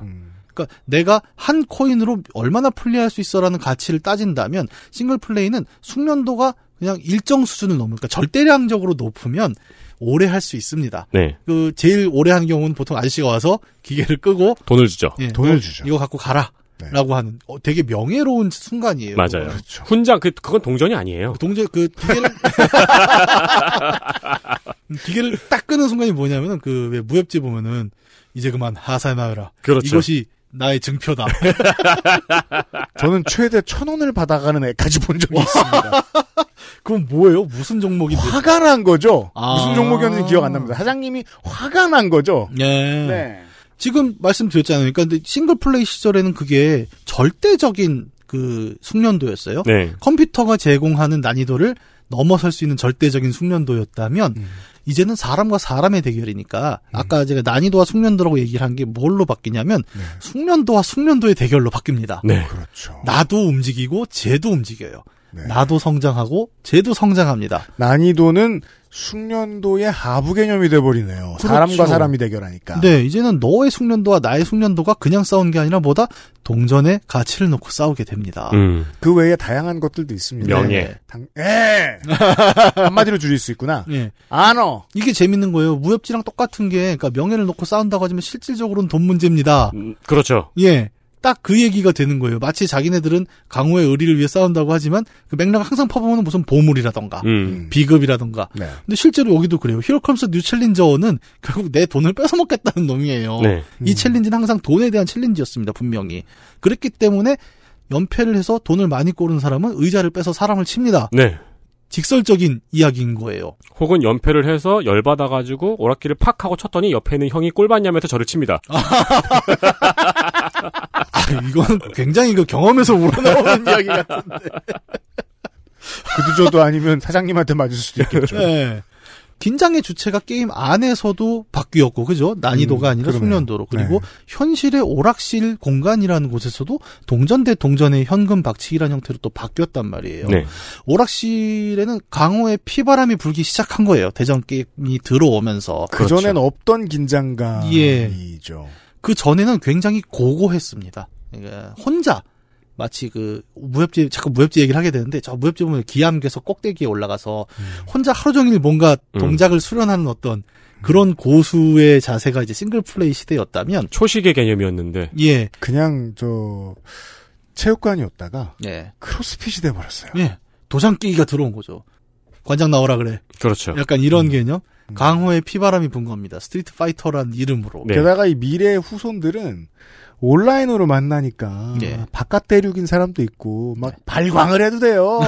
S8: 그러니까 내가 한 코인으로 얼마나 플레이할 수 있어라는 가치를 따진다면 싱글 플레이는 숙련도가 그냥 일정 수준을 넘으니까 절대량적으로 높으면 오래 할 수 있습니다.
S3: 네.
S8: 그 제일 오래 하는 경우는 보통 아저씨가 와서 기계를 끄고
S3: 돈을 주죠.
S8: 예, 너
S2: 그렇죠.
S8: 이거 갖고 가라라고 하는 어, 되게 명예로운 그렇죠. 순간이에요.
S3: 맞아요. 훈장 그 그건 동전이 아니에요.
S8: 동전 그 기계를 기계를 딱 끄는 순간이 뭐냐면은 그 왜 무협지 보면은 이제 그만 하산하여라.
S2: 그렇죠.
S8: 이것이 나의 증표다.
S2: 저는 최대 천 원을 받아가는 애까지 본 적이 있습니다.
S8: 그건 뭐예요? 무슨 종목인데?
S2: 화가 난 거죠.
S8: 아.
S2: 무슨 종목이었는지 기억 안 납니다. 사장님이 화가 난 거죠.
S8: 예.
S2: 네.
S8: 지금 말씀드렸잖아요. 그러니까 근데 싱글 플레이 시절에는 그게 절대적인 그 숙련도였어요.
S3: 네.
S8: 컴퓨터가 제공하는 난이도를 넘어설 수 있는 절대적인 숙련도였다면 이제는 사람과 사람의 대결이니까 아까 제가 난이도와 숙련도라고 얘기를 한 게 뭘로 바뀌냐면 숙련도와 숙련도의 대결로 바뀝니다.
S3: 네.
S2: 그렇죠.
S8: 나도 움직이고 쟤도 움직여요. 나도 성장하고 쟤도 성장합니다.
S2: 아. 난이도는 숙련도의 하부 개념이 돼버리네요. 사람과
S8: 그렇죠.
S2: 사람이 대결하니까.
S8: 네, 이제는 너의 숙련도와 나의 숙련도가 그냥 싸우는 게 아니라 뭐다 동전의 가치를 놓고 싸우게
S3: 아,
S8: 됩니다.
S3: 음.
S2: 그 외에 다양한 것들도 있습니다.
S8: 명예.
S2: 네. 당, 예! 한마디로 줄일 수 있구나.
S8: 예.
S2: 안어.
S8: 이게 재밌는 거예요. 무협지랑 똑같은 게 그러니까 명예를 놓고 싸운다고 하지만 실질적으로는 돈 문제입니다.
S3: 그렇죠.
S8: 예. 딱 그 얘기가 되는 거예요. 마치 자기네들은 강호의 의리를 위해 싸운다고 하지만 그 맥락을 항상 퍼보면 무슨 보물이라던가
S3: 음.
S8: 비급이라던가. 근데 실제로 여기도 그래요. 히로컴스 뉴 챌린저는 결국 내 돈을 뺏어먹겠다는 놈이에요.
S3: 네.
S8: 이 챌린지는 항상 돈에 대한 챌린지였습니다. 분명히. 그랬기 때문에 연패를 해서 돈을 많이 꼬른 사람은 의자를 빼서 사람을 칩니다.
S3: 네.
S8: 직설적인 이야기인 거예요.
S3: 혹은 연패를 해서 열받아가지고 오락기를 팍 하고 쳤더니 옆에 있는 형이 꼴받냐면서 저를 칩니다.
S8: 아, 이건 굉장히 그 경험에서 우러나오는 이야기 같은데.
S2: 그도 저도 아니면 사장님한테 맞을 수도 있겠죠.
S8: 네. 긴장의 주체가 게임 안에서도 바뀌었고, 그죠? 난이도가
S2: 음,
S8: 아니라
S2: 그러네요.
S8: 숙련도로. 그리고
S2: 네.
S8: 현실의 오락실 공간이라는 곳에서도 동전 대 동전의 현금 박치기라는 형태로 또 바뀌었단 말이에요.
S3: 네.
S8: 오락실에는 강호의 피바람이 불기 시작한 거예요. 대전 게임이 들어오면서.
S2: 그 전엔 없던 긴장감.
S8: 예.
S2: 이죠.
S8: 그 전에는 굉장히 고고했습니다. 그러니까 혼자 마치 그 무협지 자꾸 무협지 얘기를 하게 되는데 저 무협지 보면 기암에서 꼭대기에 올라가서 혼자 하루 종일 뭔가
S3: 음.
S8: 동작을 수련하는 어떤 그런 고수의 자세가 이제 싱글 플레이 시대였다면
S3: 초식의 개념이었는데.
S8: 예
S2: 그냥 저 체육관이었다가
S10: 네.
S8: 예.
S2: 크로스핏이 돼버렸어요.
S8: 예 도장 끼기가 들어온 거죠. 관장 나오라 그래.
S3: 그렇죠.
S8: 약간 이런 개념.
S3: 음.
S8: 강호의 피바람이 분 겁니다. 스트리트 파이터란 이름으로.
S2: 게다가 이 미래의 후손들은 온라인으로 만나니까
S8: 예.
S2: 바깥 대륙인 사람도 있고 막 발광을 해도 돼요.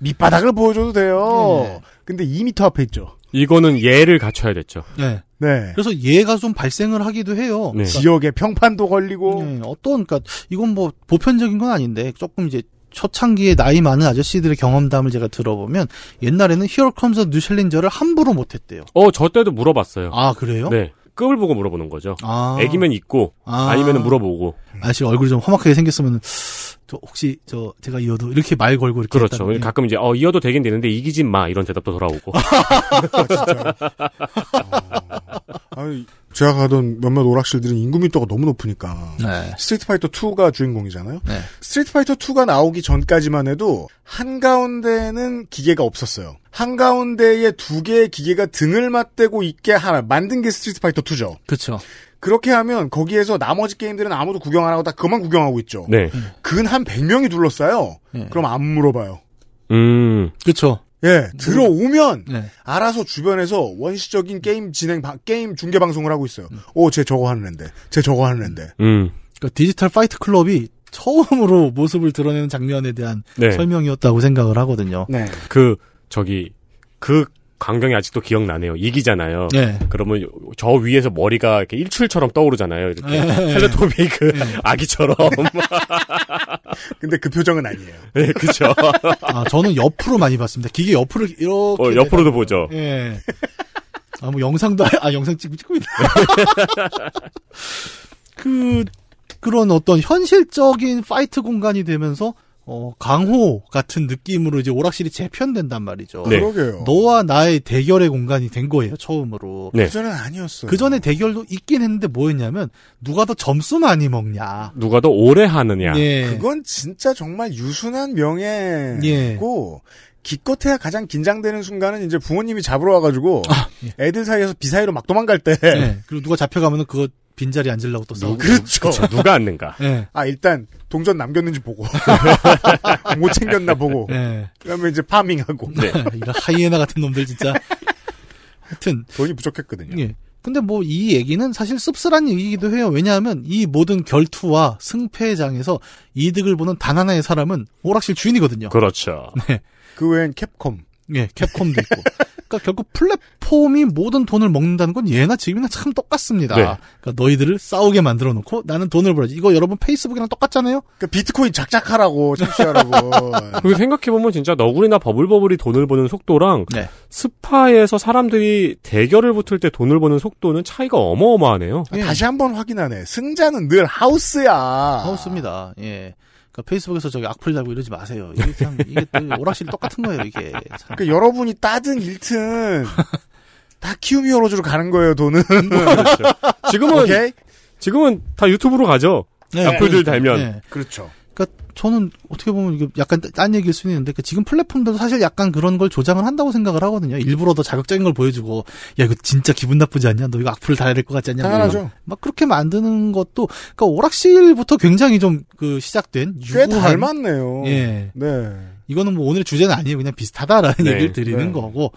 S2: 밑바닥을 보여줘도 돼요. 근데 2미터 앞에 있죠.
S3: 이거는 예를 갖춰야 됐죠.
S8: 네.
S2: 네.
S8: 그래서 얘가 좀 발생을 하기도 해요.
S3: 네.
S2: 지역에 평판도 걸리고
S8: 어떤 그러니까 이건 뭐 보편적인 건 아닌데 조금 이제 초창기에 나이 많은 아저씨들의 경험담을 제가 들어보면 옛날에는 히어컴서 뉴챌린저를 함부로 못했대요.
S3: 어, 저 때도 물어봤어요.
S8: 아 그래요?
S3: 네. 급을 보고 물어보는 거죠.
S8: 아.
S3: 애기면 있고,
S8: 아.
S3: 아. 니면 물어보고.
S8: 아저씨 얼굴이 좀 험악하게 생겼으면 저 혹시 저 제가 이어도 이렇게 말 걸고 이렇게
S3: 그렇죠.
S8: 했다는 게.
S3: 가끔 이제, 어, 이어도 되긴 되는데 이기지 마. 이런 대답도 돌아오고.
S2: 아니, 제가 가던 몇몇 오락실들은 인구 밀도가 너무 높으니까 스트리트 파이터 2가 주인공이잖아요.
S8: 네.
S2: 스트리트 파이터 2가 나오기 전까지만 해도 한가운데는 기계가 없었어요. 한가운데에 두 개의 기계가 등을 맞대고 있게 하나 만든 게 스트리트 파이터 2죠.
S8: 그렇죠.
S2: 그렇게 하면 거기에서 나머지 게임들은 아무도 구경 안 하고 다 그만 구경하고 있죠.
S3: 네.
S2: 근 한 100명이 둘러싸요.
S8: 예.
S2: 그럼 안 물어봐요.
S3: 음.
S8: 그렇죠.
S2: 예, 들어오면
S8: 네.
S2: 알아서 주변에서 원시적인 게임 진행 바- 게임 중계 방송을 하고 있어요. 오, 쟤 저거 하는 앤데. 쟤 저거 하는 앤데.
S3: 음.
S8: 그러니까 디지털 파이트 클럽이 처음으로 모습을 드러내는 장면에 대한
S3: 네.
S8: 설명이었다고 생각을 하거든요.
S2: 네.
S3: 그, 저기, 그 광경이 아직도 기억나네요. 이기잖아요.
S8: 네.
S3: 그러면 요- 저 위에서 머리가 이렇게 일출처럼 떠오르잖아요. 이렇게.
S2: 네.
S3: 텔레토비 그 아기처럼.
S2: 근데 그 표정은 아니에요.
S3: 네, 그죠.
S8: 아, 저는 옆으로 많이 봤습니다. 기계 옆으로 이렇게
S3: 어, 옆으로도 보죠.
S8: 예. 아, 뭐 영상도 아 영상 찍고 찍고 있다. 그 그런 어떤 현실적인 파이트 공간이 되면서 어 강호 같은 느낌으로 이제 오락실이 재편된단 말이죠.
S2: 네. 그러게요.
S8: 너와 나의 대결의 공간이 된 거예요 처음으로.
S3: 네.
S2: 그전엔 아니었어요.
S8: 그 전에 대결도 있긴 했는데 뭐였냐면 누가 더 점수 많이 먹냐.
S3: 누가 더 오래 하느냐.
S8: 예.
S2: 그건 진짜 정말 유순한 명예고 기껏해야 가장 긴장되는 순간은 이제 부모님이 잡으러 와가지고 애들 사이에서 비사이로 막 도망갈 때.
S8: 예. 그리고 누가 잡혀가면은 그거 빈자리 앉으려고 또 싸우고.
S2: 그렇죠.
S3: 그쵸, 누가 앉는가.
S8: 예.
S2: 아 일단 동전 남겼는지 보고 못 챙겼나 보고.
S8: 예.
S2: 그러면 이제 파밍하고.
S8: 네. 이런 하이에나 같은 놈들 진짜. 하여튼
S2: 돈이 부족했거든요.
S8: 예. 근데 뭐 이 얘기는 사실 씁쓸한 얘기이기도 해요. 왜냐하면 이 모든 결투와 승패장에서 이득을 보는 단 하나의 사람은 오락실 주인이거든요.
S3: 그렇죠.
S8: 네.
S2: 그 외엔 캡콤.
S8: 예, 캡콤도 있고. 그러니까 결국 플랫폼이 모든 돈을 먹는다는 건 예나 지금이나 참 똑같습니다.
S2: 네.
S8: 그러니까 너희들을 싸우게 만들어 놓고 나는 돈을 벌어야지. 이거 여러분 페이스북이랑 똑같잖아요.
S2: 그 비트코인 작작하라고 청취하라고.
S3: 그리고 생각해보면 진짜 너구리나 버블버블이 돈을 버는 속도랑 스파에서 사람들이 대결을 붙을 때 돈을 버는 속도는 차이가 어마어마하네요.
S8: 예.
S2: 다시 한번 확인하네. 승자는 늘 하우스야.
S3: 아.
S8: 하우스입니다. 예. 그러니까 페이스북에서 저기 악플 달고 이러지 마세요. 이게 참 이게 또 오락실이 똑같은 거예요, 이게. 참.
S2: 그러니까 여러분이 따든 일든 다 키움 히어로즈로 가는 거예요, 돈은.
S3: 그렇죠.
S8: 어,
S3: 지금은
S8: 예.
S3: 지금은 다 유튜브로 가죠.
S8: 네.
S3: 악플들 달면.
S8: 네.
S2: 그렇죠.
S8: 그러니까 저는 어떻게 보면 이게 약간 따- 딴 얘기일 수는 있는데 그러니까 지금 플랫폼들도 사실 약간 그런 걸 조장을 한다고 생각을 하거든요. 일부러 더 자극적인 걸 보여주고 야 이거 진짜 기분 나쁘지 않냐? 너 이거 악플 달아야 될 것 같지 않냐? 뭐
S2: 당연하죠.
S8: 막 그렇게 만드는 것도 그러니까 오락실부터 굉장히 좀 그 시작된
S2: 꽤
S8: 유구한
S2: 닮았네요.
S8: 예.
S2: 네.
S8: 이거는 뭐 오늘의 주제는 아니에요. 그냥 비슷하다라는
S2: 네,
S8: 얘기를 드리는
S2: 네.
S8: 거고.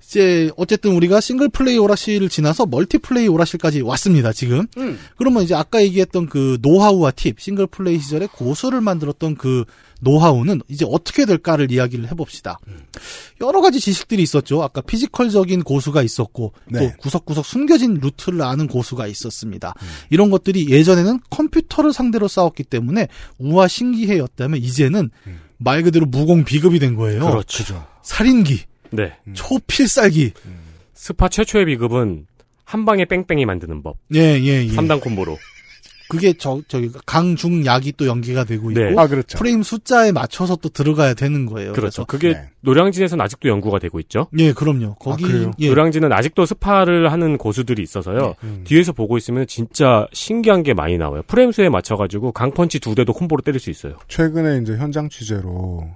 S8: 이제 어쨌든 우리가 싱글 플레이 오라실을 지나서 멀티 플레이 오라실까지 왔습니다. 지금.
S2: 음.
S8: 그러면 이제 아까 얘기했던 그 노하우와 팁, 싱글 플레이 시절에 고수를 만들었던 그 노하우는 이제 어떻게 될까를 이야기를 해봅시다. 여러 가지 지식들이 있었죠. 아까 피지컬적인 고수가 있었고
S2: 네.
S8: 또 구석구석 숨겨진 루트를 아는 고수가 있었습니다.
S3: 음.
S8: 이런 것들이 예전에는 컴퓨터를 상대로 싸웠기 때문에 우와 신기해였다면 이제는 말 그대로 무공 비급이 된 거예요.
S3: 음. 그렇죠.
S8: 살인기,
S3: 네.
S8: 초필살기.
S3: 스파 최초의 비급은 한 방에 뺑뺑이 만드는 법.
S8: 예, 예, 예.
S3: 3단 콤보로.
S8: 그게 저 저기 강중 약이 또 연계가 되고 있고
S3: 네. 아, 그렇죠.
S8: 프레임 숫자에 맞춰서 또 들어가야 되는 거예요.
S3: 그렇죠.
S8: 그래서-
S3: 그게 노량진에서는 아직도 연구가 되고 있죠.
S8: 예, 그럼요.
S3: 아,
S8: 거기 예.
S3: 노량진은 아직도 스파를 하는 고수들이 있어서요. 뒤에서 보고 있으면 진짜 신기한 게 많이 나와요. 프레임 수에 맞춰가지고 강펀치 두 대도 콤보로 때릴 수 있어요.
S2: 최근에 이제 현장 취재로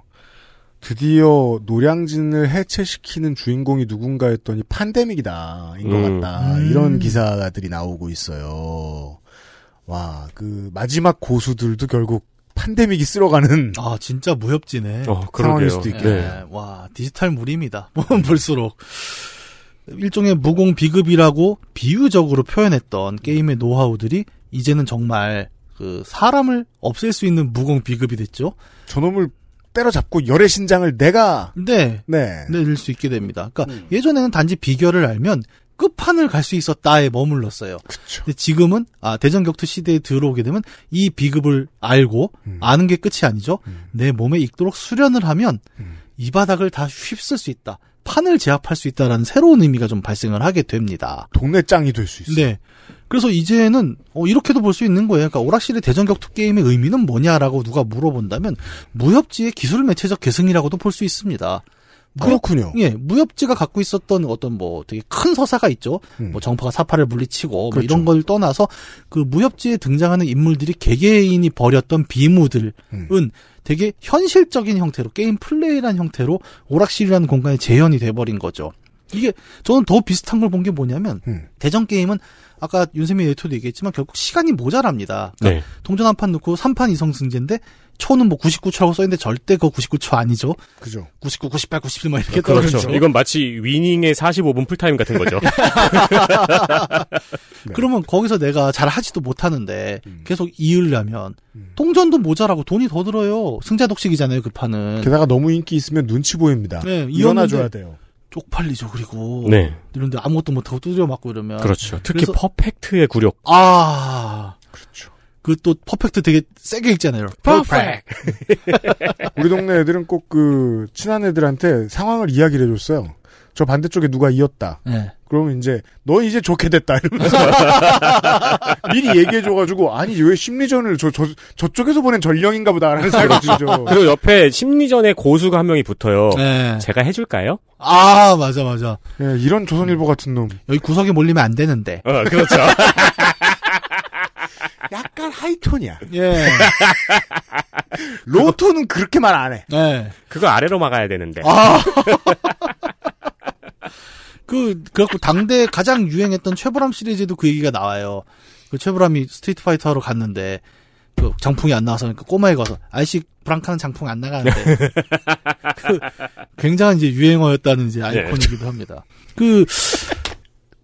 S2: 드디어 노량진을 해체시키는 주인공이 누군가 했더니 판데믹이다인 것
S3: 음.
S2: 같다
S3: 음.
S2: 이런 기사들이 나오고 있어요. 와 그 마지막 고수들도 결국 판데믹이 쓸어가는
S8: 아 진짜 무협지네.
S3: 어,
S2: 상황일 수도 있겠네요.
S8: 예, 와 디지털 물입니다. 보면 볼수록 일종의 무공 비급이라고 비유적으로 표현했던 게임의 노하우들이 이제는 정말 그 사람을 없앨 수 있는 무공 비급이 됐죠.
S2: 저놈을 때려잡고 열의 신장을 내가
S8: 네.
S2: 네. 음.
S8: 내릴 수 있게 됩니다. 그러니까 예전에는 단지 비결을 알면 끝판을 갈 수 있었다에 머물렀어요. 근데 지금은 아 대전 격투 시대에 들어오게 되면 이 비급을 알고
S2: 음.
S8: 아는 게 끝이 아니죠. 내 몸에 익도록 수련을 하면
S2: 음.
S8: 이 바닥을 다 휩쓸 수 있다. 판을 제압할 수 있다라는 새로운 의미가 좀 발생을 하게 됩니다.
S2: 동네 짱이 될 수 있어요.
S8: 네. 그래서 이제는 어, 이렇게도 볼 수 있는 거예요. 그러니까 오락실의 대전 격투 게임의 의미는 뭐냐라고 누가 물어본다면 무협지의 기술 매체적 계승이라고도 볼 수 있습니다. 무협-
S2: 그렇군요.
S8: 예, 무협지가 갖고 있었던 어떤 뭐 되게 큰 서사가 있죠. 뭐 정파가 사파를 물리치고 뭐 이런 걸 떠나서 그 무협지에 등장하는 인물들이 개개인이 벌였던 비무들은 되게 현실적인 형태로 게임 플레이라는 형태로 오락실이라는 공간에 재현이 돼버린 거죠. 이게 저는 더 비슷한 걸 본 게 뭐냐면 대전 게임은 아까 윤세민 에디터도 얘기했지만 결국 시간이 모자랍니다.
S3: 네.
S8: 그러니까 동전 한 판 넣고 3판 이성승제인데 초는 뭐 99초라고 써있는데 절대 그거 99초 아니죠.
S2: 그죠.
S8: 99, 98, 97 막 이렇게
S3: 그렇죠.
S8: 떨어지죠.
S3: 이건 마치 위닝의 45분 풀타임 같은 거죠.
S2: 네.
S8: 그러면 거기서 내가 잘 하지도 못하는데
S2: 음.
S8: 계속 이으려면 동전도 모자라고 돈이 더 들어요. 승자 독식이잖아요, 그 판은.
S2: 게다가 너무 인기 있으면 눈치 보입니다.
S8: 네,
S2: 일어나줘야
S8: 이었는데
S2: 돼요.
S8: 쪽팔리죠, 그리고.
S3: 네.
S8: 이런데 아무것도 못하고 두드려 맞고 이러면.
S3: 그렇죠. 특히
S8: 그래서-
S3: 퍼펙트의 굴욕.
S8: 아. 그렇죠. 그 또 퍼펙트 되게 세게 읽잖아요.
S2: 우리 동네 애들은 꼭 그 친한 애들한테 상황을 이야기를 해줬어요. 저 반대쪽에 누가 이었다.
S8: 네.
S3: 어.
S2: 그러면 이제 넌 이제 좋게 됐다 이러면서 미리 얘기해줘가지고 아니 왜 심리전을 저 저 저, 쪽에서 보낸 전령인가 보다라는 생각이 들죠.
S3: 그리고 옆에 심리전의 고수가 한 명이 붙어요.
S8: 네.
S3: 제가 해줄까요?
S8: 아, 맞아, 맞아.
S2: 예, 이런 조선일보 같은 놈.
S8: 여기 구석에 몰리면 안 되는데.
S3: 어, 그렇죠.
S2: 약간 하이톤이야.
S8: 예.
S2: 로톤은 그렇게 말 안 해.
S8: 네.
S3: 그거 아래로 막아야 되는데.
S8: 아. 그, 그래갖고 당대 가장 유행했던 최불암 시리즈에도 그 얘기가 나와요. 그 최불암이 스트리트 파이터 하러 갔는데, 그 장풍이 안 나와서 그 꼬마애가 와서, 아이씨, 브랑카는 장풍 안 나가는데. 굉장한 이제 유행어였다는 이제 아이콘이기도 합니다. 그,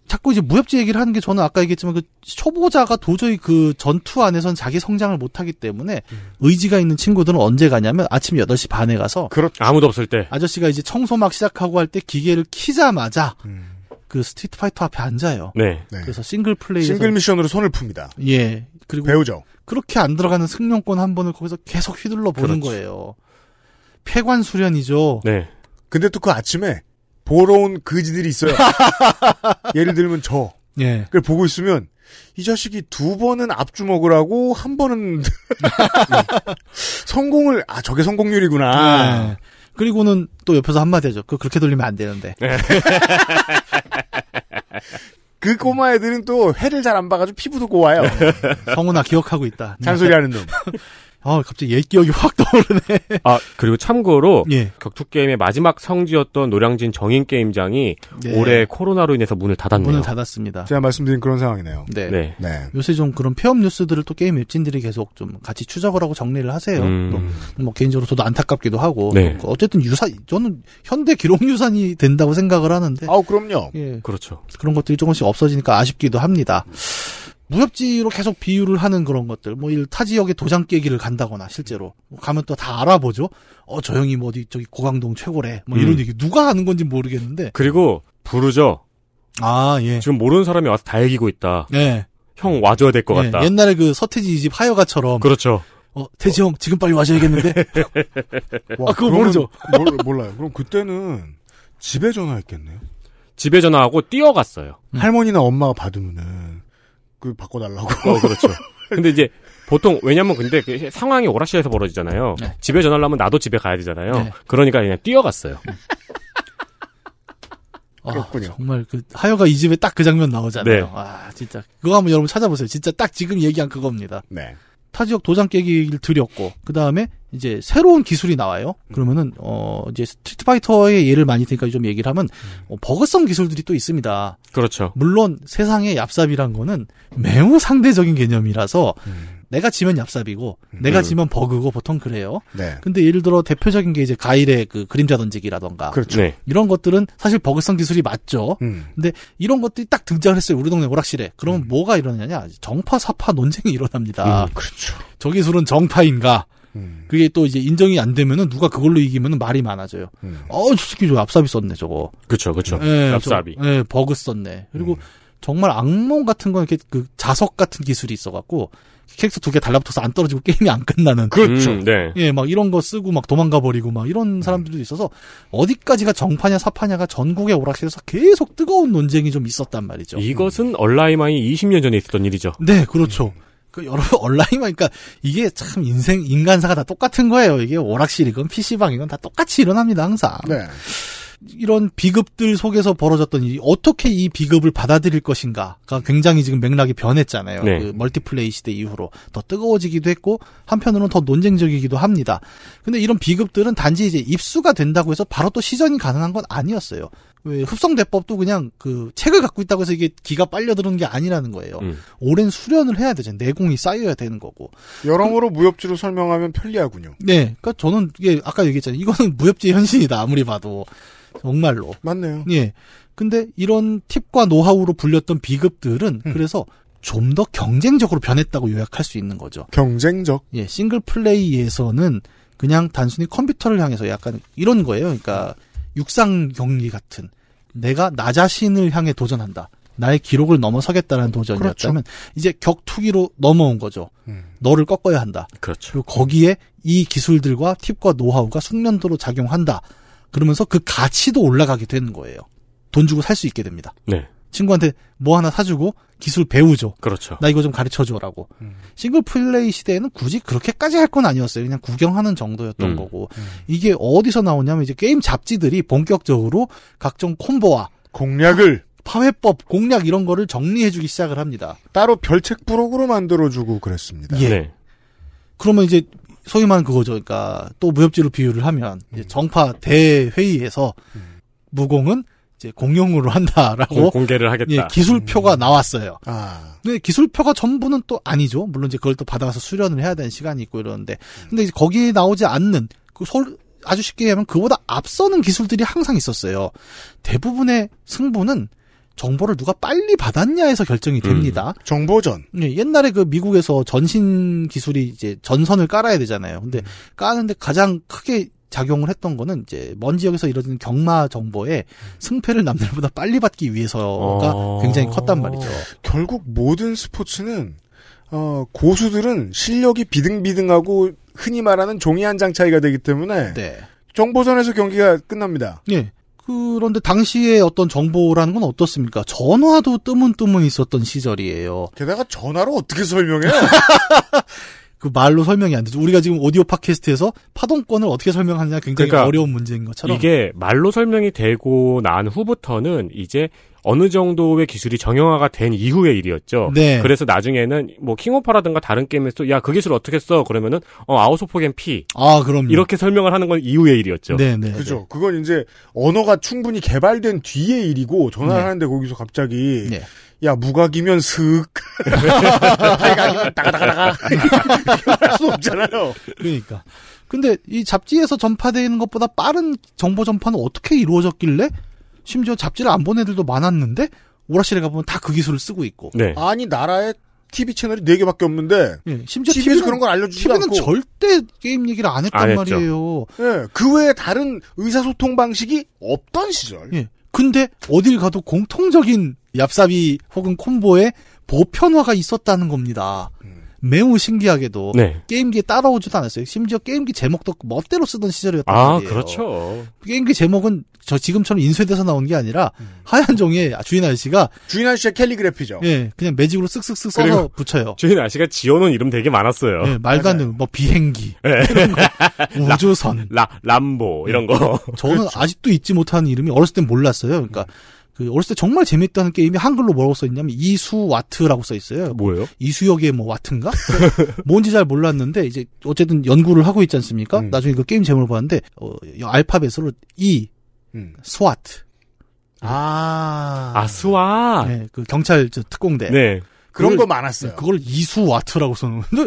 S8: 자꾸 이제 무협지 얘기를 하는 게 저는 아까 얘기했지만 그 초보자가 도저히 그 전투 안에선 자기 성장을 못 하기 때문에 의지가 있는 친구들은 언제 가냐면 아침 8시 반에 가서
S3: 아무도 없을 때
S8: 아저씨가 이제 청소 막 시작하고 할 때 기계를 키자마자
S2: 음.
S8: 그 스트리트 파이터 앞에 앉아요.
S3: 네.
S8: 그래서 싱글 플레이
S2: 싱글 미션으로 손을 풉니다.
S8: 예. 그리고
S2: 배우죠.
S8: 그렇게 안 들어가는 승용권 한 번을 거기서 계속 휘둘러 보는
S2: 그렇죠.
S8: 거예요. 폐관 수련이죠.
S3: 네.
S2: 근데 또 그 아침에 보러 온 그지들이 있어요. 예를 들면 저.
S8: 예.
S2: 그걸 보고 있으면 이 자식이 두 번은 앞주먹을 하고 한 번은 성공을 아 저게 성공률이구나.
S8: 예. 그리고는 또 옆에서 한마디 하죠. 그 그렇게 돌리면 안 되는데.
S2: 네. 그 꼬마 애들은 또 해를 잘 안 봐가지고 피부도 고와요.
S8: 성훈아 기억하고 있다.
S2: 잔소리하는 놈.
S8: 아 갑자기 옛 기억이 확
S2: 어.
S8: 떠오르네. 예.
S3: 아 그리고 참고로 격투 게임의 마지막 성지였던 노량진 정인 게임장이
S8: 네.
S3: 올해 코로나로 인해서 문을 닫았네요.
S8: 문을 닫았습니다.
S2: 제가 말씀드린 그런 상황이네요.
S8: 네.
S3: 네.
S8: 요새 좀 그런 폐업 뉴스들을 또 게임 웹진들이 계속 좀 같이 추적을 하고 정리를 하세요.
S3: 음.
S8: 또 뭐 개인적으로 저도 안타깝기도 하고 그
S3: 네.
S8: 어쨌든 유산 저는 현대 기록 유산이 된다고 생각을 하는데
S2: 아 그럼요.
S8: 예.
S3: 그렇죠.
S8: 그런 것들이 조금씩 없어지니까 아쉽기도 합니다. 무협지로 계속 비유를 하는 그런 것들, 뭐, 일, 타 지역에 도장 깨기를 간다거나, 실제로. 가면 또 다 알아보죠? 어, 저 형이 뭐 어디, 저기 고강동 최고래. 뭐 이런
S3: 음.
S8: 얘기. 누가 하는 건지 모르겠는데.
S3: 그리고 부르죠.
S8: 아 예.
S3: 지금 모르는 사람이 와서 다 이기고 있다.
S8: 네.
S3: 형 와줘야 될 것
S8: 예,
S3: 같다.
S8: 옛날에 그 서태지 이집 하여가처럼.
S3: 그렇죠.
S8: 어, 태지 형, 지금 빨리 와줘야겠는데? 아, 그거
S2: 그러면
S8: 모르죠.
S2: 몰, 몰라요. 그럼 그때는 집에 전화했겠네요.
S3: 집에 전화하고 뛰어갔어요.
S8: 음.
S2: 할머니나 엄마가 받으면은 그 바꿔달라고.
S3: 어, 그렇죠. 근데 이제 보통 왜냐면 근데 그 상황이 오락실에서 벌어지잖아요. 집에 전화를 하면 나도 집에 가야 되잖아요.
S8: 네. 음.
S3: 그러니까 그냥 뛰어갔어요.
S8: 아,
S2: 그렇군요.
S8: 정말 그, 하여가 이 집에 딱 그 장면 나오잖아요.
S3: 네.
S8: 아, 진짜. 그거 한번 여러분 찾아보세요. 진짜 딱 지금 얘기한 그겁니다.
S2: 네.
S8: 타 지역 도장 깨기를 들였고, 그 다음에 이제 새로운 기술이 나와요. 그러면은, 어, 이제 스트리트 파이터의 예를 많이 드니까 좀 얘기를 하면, 어, 버그성 기술들이 또 있습니다.
S3: 그렇죠.
S8: 물론 세상의 얍삽이란 거는 매우 상대적인 개념이라서 내가 지면 얍삽이고 내가
S2: 음.
S8: 지면 버그고 보통 그래요.
S2: 네.
S8: 근데 예를 들어 대표적인 게 이제 가일의 그 그림자 던지기라던가
S2: 그렇죠. 네.
S8: 이런 것들은 사실 버그성 기술이 맞죠.
S2: 음.
S8: 근데 이런 것들이 딱 등장을 했어요. 우리 동네 오락실에.
S3: 음.
S8: 그러면 뭐가 일어나냐? 정파 사파 논쟁이 일어납니다.
S2: 그렇죠.
S8: 저 기술은 정파인가?
S3: 음.
S8: 그게 또 이제 인정이 안 되면은 누가 그걸로 이기면은 말이 많아져요. 어저 새끼 저 얍삽이 썼네 저거.
S3: 그렇죠, 그렇죠.
S8: 예,
S3: 음. 얍삽이. 음.
S8: 저- 예, 버그 썼네. 그리고 정말 악몽 같은 건 이렇게 그 자석 같은 기술이 있어갖고 캐릭터 두 개 달라붙어서 안 떨어지고 게임이 안 끝나는.
S3: 그렇죠. 음, 네.
S8: 예, 막 이런 거 쓰고 막 도망가 버리고 막 이런 사람들도 있어서 어디까지가 정파냐 사파냐가 전국의 오락실에서 계속 뜨거운 논쟁이 좀 있었단 말이죠.
S3: 이것은 얼라이마이 20년 전에 있었던 일이죠.
S8: 네, 그렇죠. 그 여러분 온라인 그러니까 이게 참 인생 인간사가 다 똑같은 거예요. 이게 오락실이건 PC방이건 다 똑같이 일어납니다, 항상.
S2: 음. 네.
S8: 이런 비급들 속에서 벌어졌던 이 어떻게 이 비급을 받아들일 것인가가 굉장히 지금 맥락이 변했잖아요.
S3: 네.
S8: 그 멀티플레이 시대 이후로 더 뜨거워지기도 했고 한편으로는 더 논쟁적이기도 합니다. 근데 이런 비급들은 단지 이제 입수가 된다고 해서 바로 또 시전이 가능한 건 아니었어요. 왜 흡성대법도 그냥 그 책을 갖고 있다고 해서 이게 기가 빨려 드는 게 아니라는 거예요.
S3: 음.
S8: 오랜 수련을 해야 되잖아요. 내공이 쌓여야 되는 거고.
S2: 여러모로 무협지로 설명하면 편리하군요.
S8: 네, 그러니까 저는 이게 아까 얘기했잖아요. 이거는 무협지의 현신이다 아무리 봐도 정말로
S2: 맞네요.
S8: 예. 근데 이런 팁과 노하우로 불렸던 비급들은 그래서 좀 더 경쟁적으로 변했다고 요약할 수 있는 거죠.
S2: 경쟁적.
S8: 예, 싱글 플레이에서는 그냥 단순히 컴퓨터를 향해서 약간 이런 거예요. 그러니까 육상 경기 같은 내가 나 자신을 향해 도전한다. 나의 기록을 넘어서겠다라는 도전이었다면 이제 격투기로 넘어온 거죠. 너를 꺾어야 한다.
S3: 그렇죠.
S8: 그리고 거기에 이 기술들과 팁과 노하우가 숙련도로 작용한다. 그러면서 그 가치도 올라가게 되는 거예요. 돈 주고 살 수 있게 됩니다.
S3: 네.
S8: 친구한테 뭐 하나 사주고 기술 배우죠.
S3: 그렇죠.
S8: 나 이거 좀 가르쳐 줘라고.
S3: 음.
S8: 싱글 플레이 시대에는 굳이 그렇게까지 할 건 아니었어요. 그냥 구경하는 정도였던
S3: 음.
S8: 거고. 이게 어디서 나오냐면 이제 게임 잡지들이 본격적으로 각종 콤보와
S2: 공략을
S8: 파회법, 공략 이런 거를 정리해주기 시작을 합니다.
S2: 따로 별책 부록으로 만들어주고 그랬습니다.
S3: 네.
S8: 예. 그러면 이제 소위 말하는 그거죠. 그러니까 또 무협지로 비유를 하면 이제 정파 대회의에서 무공은 이제 음. 공용으로 한다라고
S3: 공- 공개를 하겠다.
S8: 예, 기술표가 나왔어요.
S2: 아.
S8: 근데 기술표가 전부는 또 아니죠. 물론 이제 그걸 또 받아가서 수련을 해야 되는 시간이 있고 이러는데 근데 이제 거기에 나오지 않는 그 솔- 아주 쉽게 얘기하면 그보다 앞서는 기술들이 항상 있었어요. 대부분의 승부는 정보를 누가 빨리 받았냐에서 결정이 됩니다.
S2: 정보전.
S8: 옛날에 그 미국에서 전신 기술이 이제 전선을 깔아야 되잖아요. 근데
S3: 음.
S8: 까는데 가장 크게 작용을 했던 거는 이제 먼 지역에서 이루어지는 경마 정보에 승패를 남들보다 빨리 받기 위해서가
S2: 어.
S8: 굉장히 컸단 말이죠.
S2: 결국 모든 스포츠는 어, 고수들은 실력이 비등비등하고 흔히 말하는 종이 한 장 차이가 되기
S8: 네.
S2: 때문에 정보전에서 경기가 끝납니다.
S8: 예. 그런데 당시에 어떤 정보라는 건 어떻습니까? 전화도 뜨문뜨문 있었던 시절이에요.
S2: 게다가 전화로 어떻게 설명해요?
S8: 그 말로 설명이 안 되죠. 우리가 지금 오디오 팟캐스트에서 파동권을 어떻게 설명하느냐 굉장히
S3: 그러니까
S8: 어려운 문제인 것처럼.
S3: 이게 말로 설명이 되고 난 후부터는 이제 어느 정도의 기술이 정형화가 된 이후의 일이었죠.
S8: 네.
S3: 그래서 나중에는 뭐 킹오파라든가 다른 게임에서 야 그 기술 어떻게 써 그러면은 어 아우소포겐 P
S8: 아, 그럼요.
S3: 이렇게 설명을 하는 건 이후의 일이었죠.
S8: 네.
S2: 그죠. 그건 이제 언어가 충분히 개발된 뒤의 일이고 전화를
S3: 네.
S2: 하는데 거기서 갑자기 야 무각이면 슥
S8: 다이각이면
S2: 따가다가다가 할수 없잖아요.
S8: 그러니까. 근데 이 잡지에서 전파되는 것보다 빠른 정보 전파는 어떻게 이루어졌길래 심지어 잡지를 안 본 애들도 많았는데 오락실에 가보면 다 그 기술을 쓰고 있고.
S3: 네.
S2: 아니 나라에 TV 채널이 4 개밖에 없는데
S8: 예, 심지어
S2: TV에서 그런 걸 알려주지도
S8: TV는
S2: 않고
S8: 절대 게임 얘기를 안 했단
S2: 안 했죠.
S8: 말이에요.
S2: 예, 그 외에 다른 의사소통 방식이 없던 시절.
S8: 예. 근데 어딜 가도 공통적인 얍삽이 혹은 콤보의 보편화가 있었다는 겁니다.
S2: 음.
S8: 매우 신기하게도
S3: 네.
S8: 게임기에 따라오지도 않았어요. 심지어 게임기 제목도 멋대로 쓰던 시절이었단
S3: 아
S8: 말이에요.
S3: 그렇죠.
S8: 게임기 제목은 저 지금처럼 인쇄돼서 나온 게 아니라
S3: 음.
S8: 하얀 종이에 주인 아저씨가
S2: 주인 아저씨의 캘리그래피죠.
S8: 예, 그냥 매직으로 쓱쓱쓱
S3: 어. 그리고
S8: 써서 붙여요.
S3: 주인 아씨가 지어놓은 이름 되게 많았어요.
S8: 예, 말도 안 되는 뭐 비행기,
S3: 예.
S8: 우주선,
S3: 라, 람보 이런 거.
S8: 저는
S3: 그렇죠.
S8: 아직도 잊지 못하는 이름이 어렸을 땐 몰랐어요.
S3: 음.
S8: 그러니까 그 어렸을 때 정말 재밌다는 게임이 한글로 뭐라고 써 있냐면 이수와트라고 써
S2: 아,
S8: 있어요.
S3: 뭐예요?
S8: 이수역의 뭐 와트인가? 뭔지 잘 몰랐는데 이제 어쨌든 연구를 하고 있지 않습니까?
S3: 음.
S8: 나중에 그 게임 제목을 봤는데 어, 알파벳으로 이
S2: 음.
S8: 스와트.
S2: 아.
S3: 아스와.
S8: 네, 그 경찰 저 특공대.
S3: 네.
S2: 그런
S8: 그걸-
S2: 거 많았어요.
S8: 그걸 이수와트라고 써 놓은. 근데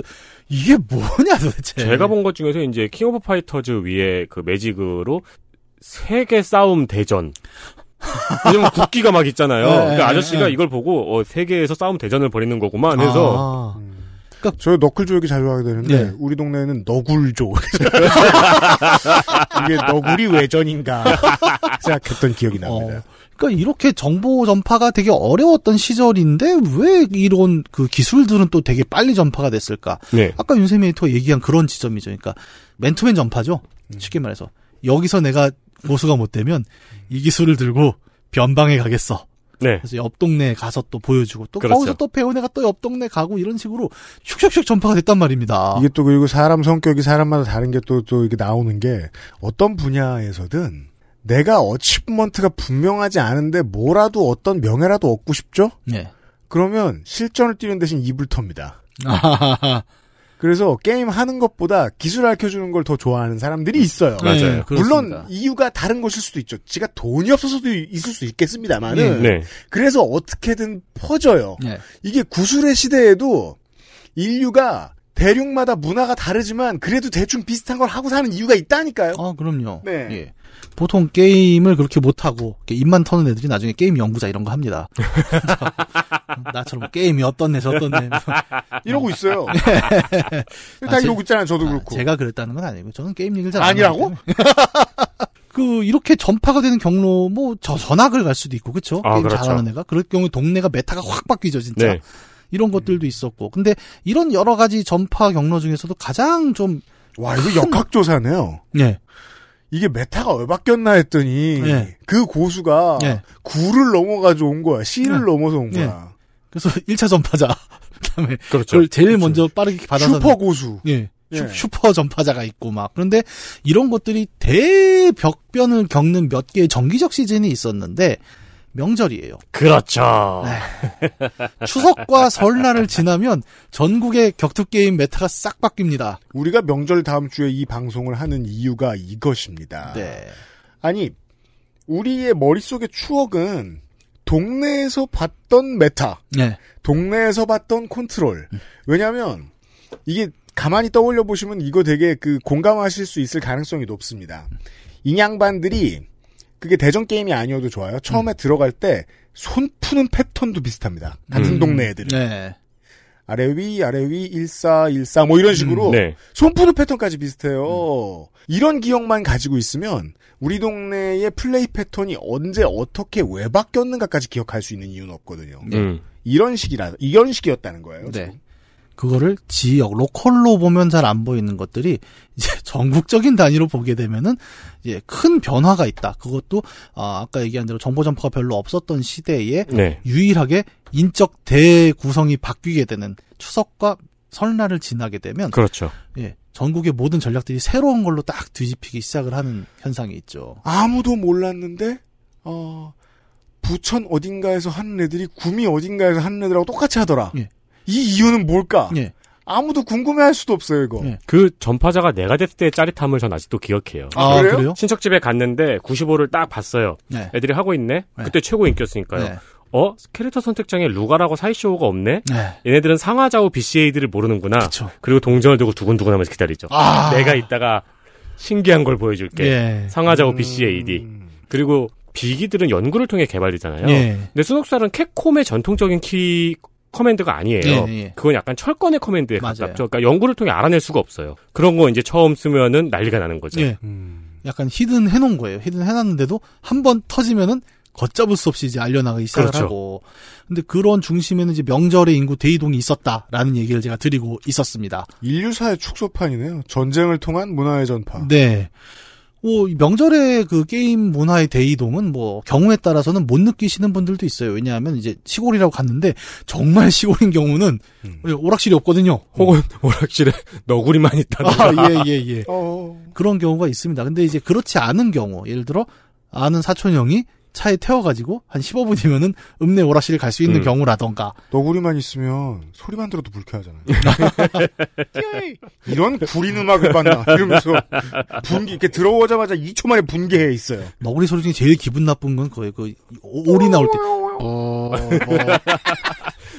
S8: 이게 뭐냐 도대체.
S3: 제가 본 것 중에서 이제 킹 오브 파이터즈 위에 그 매직으로 세계 싸움 대전. 요즘 국기가 막 있잖아요.
S2: 네,
S3: 그러니까
S2: 네,
S3: 아저씨가
S2: 네. 아.
S3: 이걸 보고 어, 세계에서 싸움 대전을 벌이는 거구만 해서
S8: 아.
S2: 음, 저희 너클조 얘기 자주 하게 되는데
S3: 네.
S2: 우리 동네에는 너굴조 이게 너굴이 외전인가 생각했던 기억이 납니다.
S8: 그러니까 이렇게 정보 전파가 되게 어려웠던 시절인데 왜 이런 그 기술들은 또 되게 빨리 전파가 됐을까?
S3: 네.
S8: 아까 윤세미에이터가 얘기한 그런 지점이죠. 그러니까 맨투맨 전파죠.
S2: 음.
S8: 쉽게 말해서 여기서 내가 고수가 못 되면 이 기술을 들고 변방에 가겠어.
S3: 네.
S8: 그래서 옆 동네에 가서 또 보여주고 또
S2: 그렇죠.
S8: 거기서 또 배운 애가 또 옆 동네 가고 이런 식으로 슉슉슉 전파가 됐단 말입니다.
S2: 이게 또 그리고 사람 성격이 사람마다 다른 게 또 또 이게 나오는 게 어떤 분야에서든 내가 어치브먼트가 분명하지 않은데 뭐라도 어떤 명예라도 얻고 싶죠?
S8: 네.
S2: 그러면 실전을 뛰는 대신 입을 텁니다.
S8: 아하하.
S2: 그래서 게임 하는 것보다 기술 알려주는 걸 더 좋아하는 사람들이 있어요.
S8: 네, 맞아요.
S2: 물론
S8: 그렇습니다.
S2: 이유가 다른 것일 수도 있죠. 지가 돈이 없어서도 있을 수
S8: 음,
S2: 있겠습니다만은.
S3: 네. 네.
S2: 그래서 어떻게든 퍼져요.
S8: 네.
S2: 이게 구술의 시대에도 인류가 대륙마다 문화가 다르지만 그래도 대충 비슷한 걸 하고 사는 이유가 있다니까요.
S8: 아, 그럼요.
S2: 네.
S8: 보통 게임을 그렇게 못하고 이렇게 입만 터는 애들이 나중에 게임 연구자 이런 거 합니다. 나처럼 게임이 어떤 애서 어떤 애. 아, 네.
S2: 이러고 있어요.
S8: 예.
S2: 다 이러고 있잖아요. 저도 그렇고.
S8: 제가 그랬다는 건 아니고 저는 게임 얘기를 잘안
S2: 아니라고?
S8: 그 이렇게 전파가 되는 경로 뭐 저 전학을 갈 수도 있고 그렇죠.
S3: 아,
S8: 게임
S3: 그렇죠.
S8: 잘하는 애가 그럴 경우 에 동네가 메타가 확 바뀌죠 진짜.
S3: 네.
S8: 이런 것들도 있었고 근데 이런 여러 가지 전파 경로 중에서도 가장 좀
S2: 와, 이거 역학조사네요.
S8: 예.
S2: 이게 메타가 왜 바뀌었나 했더니
S8: 네.
S2: 그 고수가
S8: 네.
S2: 구를 넘어가지고 온 거야. 시를 넘어서 온
S8: 예.
S2: 거야.
S8: 그래서 1차 전파자 그다음에 그
S3: 그렇죠.
S8: 걸 제일 먼저 빠르게 받아서
S2: 슈퍼 고수.
S8: 예.
S2: 예.
S8: 슈- 슈퍼 전파자가 있고 막 그런데 이런 것들이 대벽변을 겪는 몇 개의 정기적 시즌이 있었는데 명절이에요.
S3: 그렇죠.
S2: 네.
S8: 추석과 설날을 지나면 전국의 격투 게임 메타가 싹 바뀝니다.
S2: 우리가 명절 다음 주에 이 방송을 하는 이유가 이것입니다.
S8: 네.
S2: 아니, 우리의 머릿속의 추억은 동네에서 봤던 메타,
S8: 네.
S2: 동네에서 봤던 컨트롤. 왜냐면, 하 이게 가만히 떠올려 보시면 이거 되게 그 공감하실 수 있을 가능성이 높습니다. 인양반들이 그게 대전 게임이 아니어도 좋아요. 처음에 들어갈 때 손 푸는 패턴도 비슷합니다. 같은
S8: 음.
S2: 동네 애들은.
S8: 네.
S2: 아래 위, 아래 위, 14, 14, 뭐 이런 식으로
S3: 음, 네.
S2: 손 푸는 패턴까지 비슷해요.
S8: 음.
S2: 이런 기억만 가지고 있으면 우리 동네의 플레이 패턴이 언제 어떻게 왜 바뀌었는가까지 기억할 수 있는 이유는 없거든요.
S3: 음.
S2: 이런 식이라, 이런 식이었다는 거예요.
S8: 네. 그거를 지역 로컬로 보면 잘 안 보이는 것들이 이제 전국적인 단위로 보게 되면은 이제 큰 변화가 있다. 그것도 아, 아까 얘기한 대로 정보 점포가 별로 없었던 시대에
S3: 네.
S8: 유일하게 인적 대구성이 바뀌게 되는 추석과 설날을 지나게 되면
S3: 그렇죠.
S8: 예, 전국의 모든 전략들이 새로운 걸로 딱 뒤집히기 시작을 하는 현상이 있죠.
S2: 아무도 몰랐는데 어, 부천 어딘가에서 하는 애들이 구미 어딘가에서 하는 애들하고 똑같이 하더라.
S8: 예.
S2: 이 이유는 뭘까? 아무도 궁금해할 수도 없어요 이거.
S8: 예.
S3: 그 전파자가 내가 됐을 때의 짜릿함을 전 아직도 기억해요.
S2: 아, 그래요? 그래요?
S3: 친척 집에 갔는데 95를 딱 봤어요.
S8: 네.
S3: 애들이 하고 있네. 그때 최고 인기였으니까요.
S8: 네.
S3: 어 캐릭터 선택장에 루가라고 사이쇼가 없네.
S8: 네.
S3: 얘네들은 상하좌우 BCA들을 모르는구나. 그리고 동전을 들고 두근두근하면서 기다리죠.
S8: 아.
S3: 내가 있다가 신기한 걸 보여줄게.
S8: 예.
S3: 상하좌우 BCAD.
S2: 음.
S3: 그리고 비기들은 연구를 통해 개발되잖아요.
S8: 예.
S3: 근데 수넉살은 캡콤의 전통적인 키 커맨드가 아니에요.
S8: 예, 예.
S3: 그건 약간 철권의 커맨드에
S8: 맞아요.
S3: 가깝죠. 그러니까 연구를 통해 알아낼 수가 없어요. 그런 거 이제 처음 쓰면은 난리가 나는 거죠.
S8: 예. 약간 히든 해놓은 거예요. 히든 해놨는데도 한 번 터지면은 걷잡을 수 없이 이제 알려나가기 시작을
S3: 그렇죠.
S8: 하고. 근데 그런 중심에는 이제 명절의 인구 대이동이 있었다라는 얘기를 제가 드리고 있었습니다.
S2: 인류사의 축소판이네요. 전쟁을 통한 문화의
S3: 아.
S2: 전파.
S8: 네. 뭐, 이 명절의 그 게임 문화의 대이동은 뭐, 경우에 따라서는 못 느끼시는 분들도 있어요. 왜냐하면 이제 시골이라고 갔는데, 정말 시골인 경우는 어, 오락실이 없거든요.
S3: 혹은 음. 오락실에 너구리만 있다든가.
S8: 아, 예, 예, 예.
S2: 어.
S8: 그런 경우가 있습니다. 근데 이제 그렇지 않은 경우, 예를 들어, 아는 사촌 형이 차에 태워가지고, 한 15분이면은 읍내 오락실 갈 수 있는
S2: 음.
S8: 경우라던가.
S2: 너구리만 있으면 소리만 들어도 불쾌하잖아요. 이런 구린 음악을 봤나 이러면서 분기 이렇게 들어오자마자 2초 만에 분개해 있어요.
S8: 너구리 소리 중에 제일 기분 나쁜 건 그거예요. 그, 오- 오리 나올 때.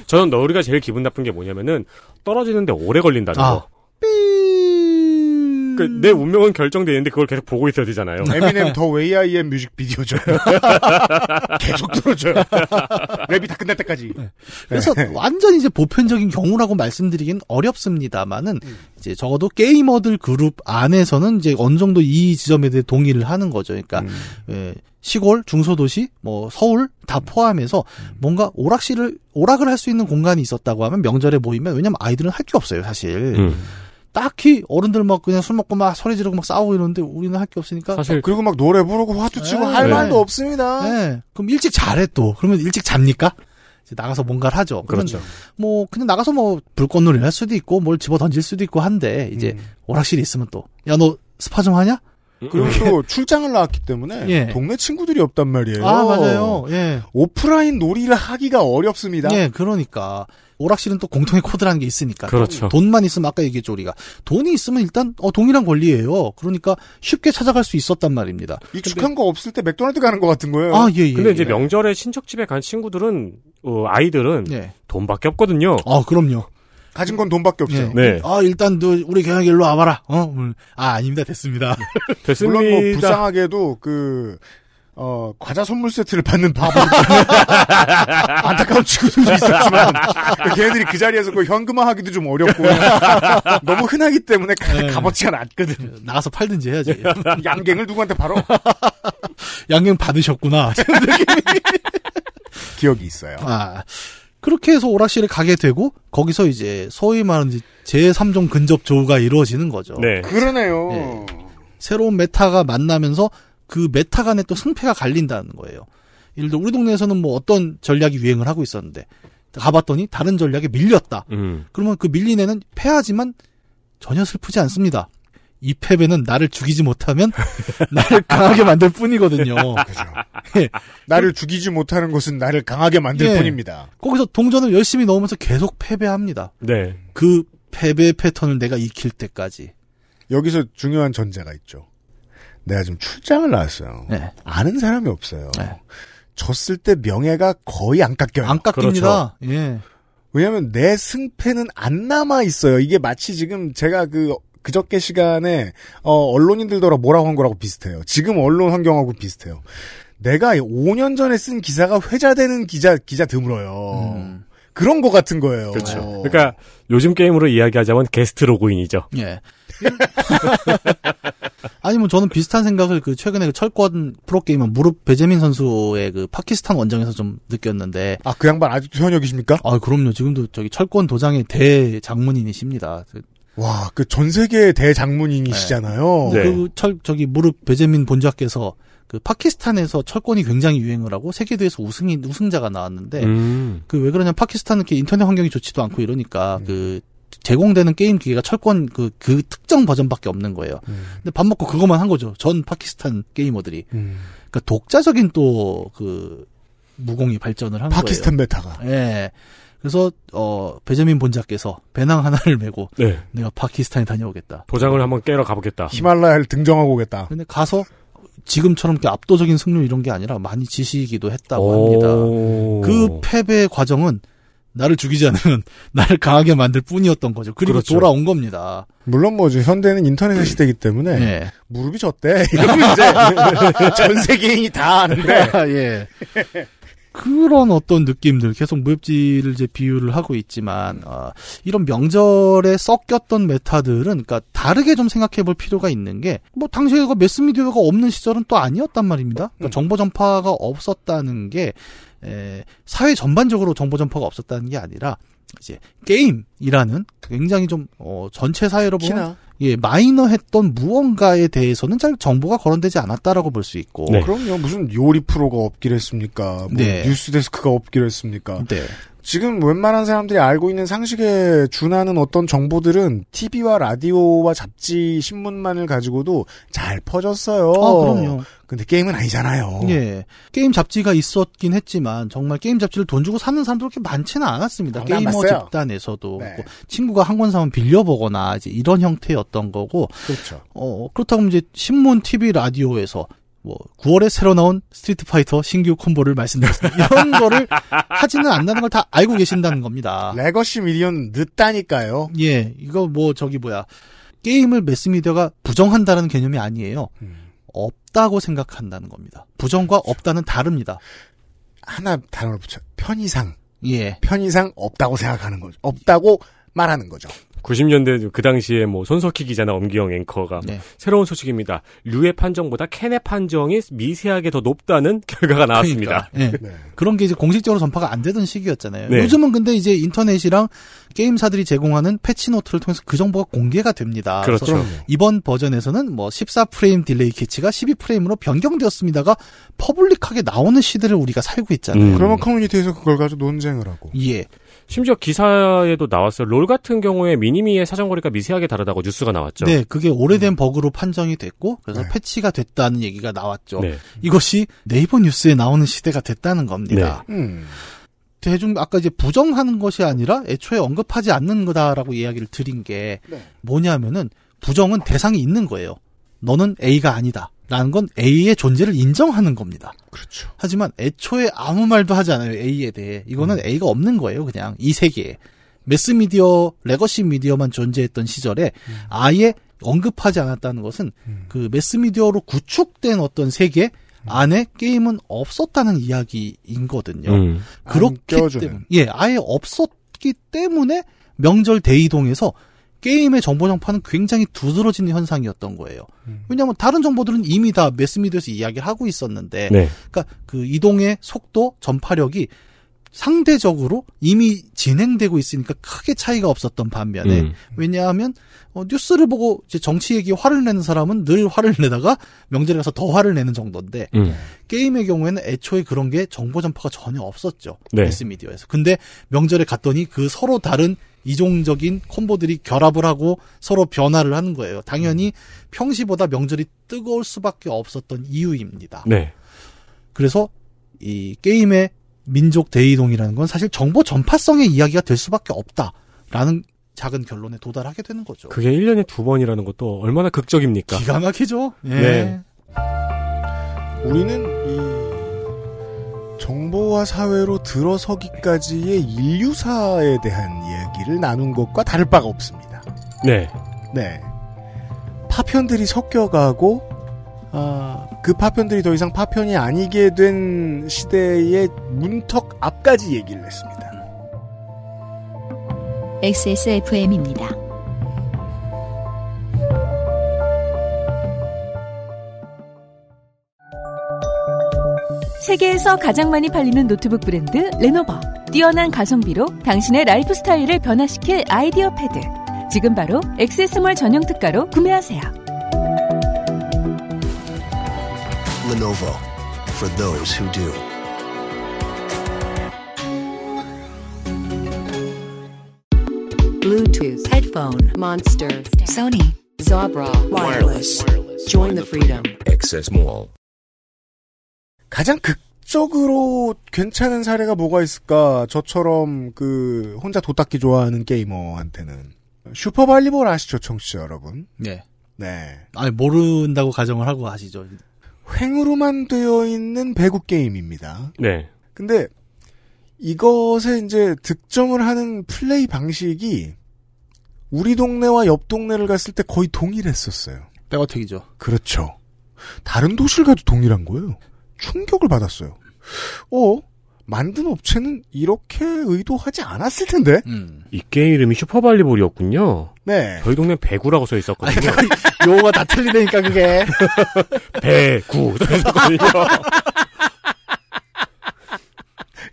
S3: 저는 너구리가 제일 기분 나쁜 게 뭐냐면은 떨어지는데 오래 걸린다는
S8: 아.
S3: 거.
S8: 음.
S3: 그내 운명은 결정돼 있는데 그걸 계속 보고 있어야 되잖아요.
S2: 에미넴 더 웨이아이엠 뮤직비디오죠. 계속 들어줘요. 랩이 다 끝날 때까지.
S8: 네, 그래서 완전 이제 보편적인 경우라고 말씀드리긴 어렵습니다만은 이제 적어도 게이머들 그룹 안에서는 이제 어느 정도 이 지점에 대해 동의를 하는 거죠. 그러니까 예, 시골, 중소도시, 뭐 서울 다 포함해서 뭔가 오락실을 오락을 할 수 있는 공간이 있었다고 하면 명절에 모이면 왜냐면 아이들은 할 게 없어요, 사실.
S3: 음.
S8: 딱히 어른들 막 그냥 술 먹고 막 소리 지르고 막 싸우고 이러는데 우리는 할 게 없으니까
S2: 사실 그리고 막 노래 부르고 화투 치고
S8: 네.
S2: 할
S8: 네.
S2: 말도 없습니다.
S8: 네. 그럼 일찍 잘해 또. 그러면 일찍 잡니까? 이제 나가서 뭔가를 하죠. 그러면
S2: 그렇죠.
S8: 뭐 그냥 나가서 뭐 불꽃놀이를 할 수도 있고 뭘 집어 던질 수도 있고 한데 이제
S3: 음.
S8: 오락실이 있으면 또 야 너 스파 좀 하냐?
S2: 그리고 또 출장을 나왔기 때문에
S8: 네. 예.
S2: 동네 친구들이 없단 말이에요.
S8: 아 맞아요. 예.
S2: 오프라인 놀이를 하기가 어렵습니다.
S8: 예, 그러니까 오락실은 또 공통의 코드라는 게 있으니까.
S3: 그렇죠.
S8: 돈만 있으면 아까 얘기했죠 우리가 돈이 있으면 일단 어 동일한 권리예요. 그러니까 쉽게 찾아갈 수 있었단 말입니다.
S2: 익숙한 거 없을 때 맥도날드 가는 것 같은 거예요.
S8: 아, 예, 예,
S3: 근데 이제
S8: 예.
S3: 명절에 친척 집에 간 친구들은 어, 아이들은
S8: 예.
S3: 돈밖에 없거든요.
S8: 아 그럼요.
S2: 가진 건 돈밖에 없어요.
S3: 네.
S8: 아 일단 너 우리 경영 일로 와봐라. 어, 음. 아 아닙니다. 됐습니다.
S3: 됐습니다.
S2: 물론 뭐 불쌍하게도 그 어, 과자 선물 세트를 받는 바보. 안타까운 친구들도 있었지만, 걔네들이 그 자리에서 그 현금화 하기도 좀 어렵고, 너무 흔하기 때문에 가-
S3: 네.
S2: 값어치가 낮거든.
S8: 그, 나가서 팔든지 해야지.
S2: 양갱을 누구한테 바로
S8: 양갱 받으셨구나.
S2: 기억이 있어요.
S8: 아, 그렇게 해서 오락실에 가게 되고 거기서 이제 소위 말하는 이제 제3종 근접 조우가 이루어지는 거죠.
S3: 네.
S2: 그러네요.
S8: 새로운 메타가 만나면서 그 메타 간에 또 승패가 갈린다는 거예요. 예를 들어 우리 동네에서는 뭐 어떤 전략이 유행을 하고 있었는데 가봤더니 다른 전략에 밀렸다.
S3: 음.
S8: 그러면 그 밀린 애는 패하지만 전혀 슬프지 않습니다. 이 패배는 나를 죽이지 못하면 나를 강하게 만들 뿐이거든요. 예.
S2: 나를 죽이지 못하는 것은 나를 강하게 만들
S3: 네.
S8: 예.
S2: 뿐입니다.
S8: 거기서 동전을 열심히 넣으면서 계속 패배합니다.
S3: 네.
S8: 그 패배 패턴을 내가 익힐 때까지.
S2: 여기서 중요한 전제가 있죠. 내가 지금 출장을 나왔어요.
S3: 네.
S2: 아는 사람이 없어요. 졌을 때 명예가 거의 안 깎여요. 안
S8: 깎입니다. 예.
S2: 왜냐하면 내 승패는 안 남아 있어요. 이게 마치 지금 제가 그 그저께 시간에 어, 언론인들더러 뭐라고 한 거라고 비슷해요. 지금 언론 환경하고 비슷해요. 내가 5년 전에 쓴 기사가 회자되는 기자 기자 드물어요. 그런 거 같은 거예요.
S3: 음.
S2: 어.
S3: 그렇죠. 그러니까 요즘 게임으로 이야기하자면 게스트 로그인이죠.
S8: 예. 아니 뭐 저는 비슷한 생각을 그 최근에 그 철권 프로게이머 무릎 배재민 선수의 그 파키스탄 원정에서 좀 느꼈는데
S2: 아 그 양반 아직도 현역이십니까?
S8: 아 그럼요 지금도 저기 철권 도장의 대장문인이십니다
S2: 와, 그 전 세계의 대장문인이시잖아요.
S8: 네. 그 철, 저기 무릎 배재민 본좌께서 그 파키스탄에서 철권이 굉장히 유행을 하고 세계대회에서 우승이 우승자가 나왔는데
S3: 음.
S8: 그 왜 그러냐 파키스탄은 이렇게 인터넷 환경이 좋지도 않고
S2: 음.
S8: 이러니까 그 제공되는 게임 기계가 철권 그 그 특정 버전밖에 없는 거예요.
S2: 음.
S8: 근데 밥 먹고 그것만 한 거죠. 전 파키스탄 게이머들이. 그러니까 독자적인 또 그 무공이 발전을 한
S2: 파키스탄
S8: 거예요.
S2: 메타가.
S8: 예. 그래서 어 배재민 본자께서 배낭 하나를 메고
S3: 네.
S8: 내가 파키스탄에 다녀오겠다.
S3: 도장을 한번 깨러 가보겠다.
S2: 히말라야를 등정하고 오겠다.
S8: 근데 가서 지금처럼 이렇게 압도적인 승률 이런 게 아니라 많이 지시기도 했다고
S3: 오.
S8: 합니다. 그 패배 과정은 나를 죽이지 않으면 나를 강하게 만들 뿐이었던 거죠. 그리고
S2: 그렇죠.
S8: 돌아온 겁니다.
S2: 물론 뭐죠. 현대는 인터넷 시대이기 때문에
S3: 음.
S8: 예.
S2: 무릎이 졌대. 이러면 이제 전 세계인이 다 아는데.
S8: 예. 그런 어떤 느낌들 계속 무협지를 이제 비유를 하고 있지만 아, 이런 명절에 섞였던 메타들은 그러니까 다르게 좀 생각해볼 필요가 있는 게 뭐 당시에가 매스미디어가 없는 시절은 또 아니었단 말입니다.
S2: 음.
S8: 그러니까 정보 전파가 없었다는 게 에, 사회 전반적으로 정보 전파가 없었다는 게 아니라 이제 게임이라는 굉장히 좀 어, 전체 사회로 보면
S2: 특히나.
S8: 예 마이너했던 무언가에 대해서는 잘 정보가 거론되지 않았다라고 볼 수 있고
S2: 그럼요. 무슨 요리 프로가 없기로 했습니까? 뭐
S8: 네.
S2: 뉴스 데스크가 없기로 했습니까?
S8: 네.
S2: 지금 웬만한 사람들이 알고 있는 상식에 준하는 어떤 정보들은 TV와 라디오와 잡지, 신문만을 가지고도 잘 퍼졌어요. 어.
S8: 아, 그럼요.
S2: 근데 게임은 아니잖아요.
S8: 예. 게임 잡지가 있었긴 했지만 정말 게임 잡지를 돈 주고 사는 사람도 그렇게 많지는 않았습니다.
S2: 어, 난
S8: 게이머
S2: 봤어요. 네.
S8: 집단에서도 그렇고 친구가 한 권 사면 빌려보거나 이제 이런 형태였던 거고
S2: 그렇죠.
S8: 어, 그렇다고 이제 신문, TV, 라디오에서 뭐 9월에 새로 나온 스트리트 파이터 신규 콤보를 말씀드렸습니다. 이런 거를 하지는 않는 걸 다 알고 계신다는 겁니다.
S2: 레거시 미디어는 늦다니까요.
S8: 예, 이거 뭐 저기 뭐야 게임을 매스미디어가 부정한다는 개념이 아니에요.
S3: 음.
S8: 없다고 생각한다는 겁니다. 부정과 없다는 다릅니다.
S2: 하나 단어를 붙여. 편의상.
S8: 예.
S2: 편의상 없다고 생각하는 거죠. 없다고 말하는 거죠.
S3: 90년대 그 당시에 뭐 손석희 기자나 엄기영 앵커가 새로운 소식입니다. 류의 판정보다 캔의 판정이 미세하게 더 높다는 결과가 나왔습니다.
S8: 그러니까, 예. 그런 게 이제 공식적으로 전파가 안 되던 시기였잖아요.
S3: 네.
S8: 요즘은 근데 이제 인터넷이랑 게임사들이 제공하는 패치노트를 통해서 그 정보가 공개가 됩니다.
S3: 그렇죠.
S8: 그래서
S3: 그럼요.
S8: 이번 버전에서는 뭐 14프레임 딜레이 캐치가 12프레임으로 변경되었습니다가 퍼블릭하게 나오는 시대를 우리가 살고 있잖아요.
S3: 음.
S2: 그러면 커뮤니티에서 그걸 가지고 논쟁을 하고.
S8: 예.
S3: 심지어 기사에도 나왔어요. 롤 같은 경우에 미니미의 사정거리가 미세하게 다르다고 뉴스가 나왔죠. 음.
S8: 네, 그게 오래된 버그로 판정이 됐고 그래서 패치가 됐다는 얘기가 나왔죠.
S3: 네.
S8: 이것이 네이버 뉴스에 나오는 시대가 됐다는 겁니다.
S2: 음.
S3: 네.
S8: 대중 아까 이제 부정하는 것이 아니라 애초에 언급하지 않는 거다라고 이야기를 드린 게 뭐냐면은 부정은 대상이 있는 거예요. 너는 A가 아니다. 라는 건 A의 존재를 인정하는 겁니다.
S2: 그렇죠.
S8: 하지만 애초에 아무 말도 하지 않아요. A에 대해. 이거는 A가 없는 거예요. 그냥 이 세계에. 매스미디어, 레거시 미디어만 존재했던 시절에 아예 언급하지 않았다는 것은 그 매스미디어로 구축된 어떤 세계 안에 게임은 없었다는 이야기인 거든요.
S3: 음.
S8: 그렇기
S2: 껴주는.
S8: 때문에 예 아예 없었기 때문에 명절 대이동에서 게임의 정보 정파는 굉장히 두드러지는 현상이었던 거예요. 왜냐하면 다른 정보들은 이미 다 매스미디어에서 이야기하고 있었는데,
S3: 네.
S8: 그러니까 그 이동의 속도, 전파력이 상대적으로 이미 진행되고 있으니까 크게 차이가 없었던 반면에
S3: 음.
S8: 왜냐하면 어, 뉴스를 보고 이제 정치 얘기 화를 내는 사람은 늘 화를 내다가 명절에 가서 더 화를 내는 정도인데
S3: 음.
S8: 게임의 경우에는 애초에 그런 게 정보 전파가 전혀 없었죠.
S3: 네.
S8: 매스미디어에서. 근데 명절에 갔더니 그 서로 다른 이종적인 콤보들이 결합을 하고 서로 변화를 하는 거예요. 당연히
S3: 음.
S8: 평시보다 명절이 뜨거울 수밖에 없었던 이유입니다.
S3: 네.
S8: 그래서 이 게임의 민족 대이동이라는 건 사실 정보 전파성의 이야기가 될 수밖에 없다라는 작은 결론에 도달하게 되는 거죠.
S3: 그게 1년에 두 번이라는 것도 얼마나 극적입니까?
S8: 기가 막히죠. 예.
S3: 네.
S2: 우리는 이 정보와 사회로 들어서기까지의 인류사에 대한 이야기를 나눈 것과 다를 바가 없습니다.
S3: 네.
S2: 네. 파편들이 섞여가고 아, 그 파편들이 더 이상 파편이 아니게 된 시대의 문턱 앞까지 얘기를 했습니다.
S1: XSFM입니다.
S6: 세계에서 가장 많이 팔리는 노트북 브랜드 레노버. 뛰어난 가성비로 당신의 라이프 스타일을 변화시킬 아이디어 패드. 지금 바로 엑세스몰 전용 특가로 구매하세요.
S7: Lenovo for those who do.
S4: Bluetooth, headphone, monster, Sony, Zabra, wireless. Join the freedom.
S5: Access Mall.
S2: 가장 극적으로 괜찮은 사례가 뭐가 있을까? 저처럼 그 혼자 도닦기 좋아하는 게이머한테는 슈퍼발리볼 아시죠, 청취자 여러분?
S8: 네.
S2: 네.
S8: 아니 모른다고 가정을 하고 아시죠.
S2: 횡으로만 되어 있는 배구 게임입니다.
S3: 네.
S2: 근데 이것에 이제 득점을 하는 플레이 방식이 우리 동네와 옆 동네를 갔을 때 거의 동일했었어요.
S8: 빼어택이죠.
S2: 그렇죠. 다른 도시를 가도 동일한 거예요. 충격을 받았어요. 어? 만든 업체는 이렇게 의도하지 않았을 텐데?
S8: 음.
S3: 이 게임 이름이 슈퍼발리볼이었군요.
S2: 네.
S3: 저희 동네 배구라고 써 있었거든요.
S8: 용어가 다 틀리다니까 그게.
S3: 배구 써 있었거든요.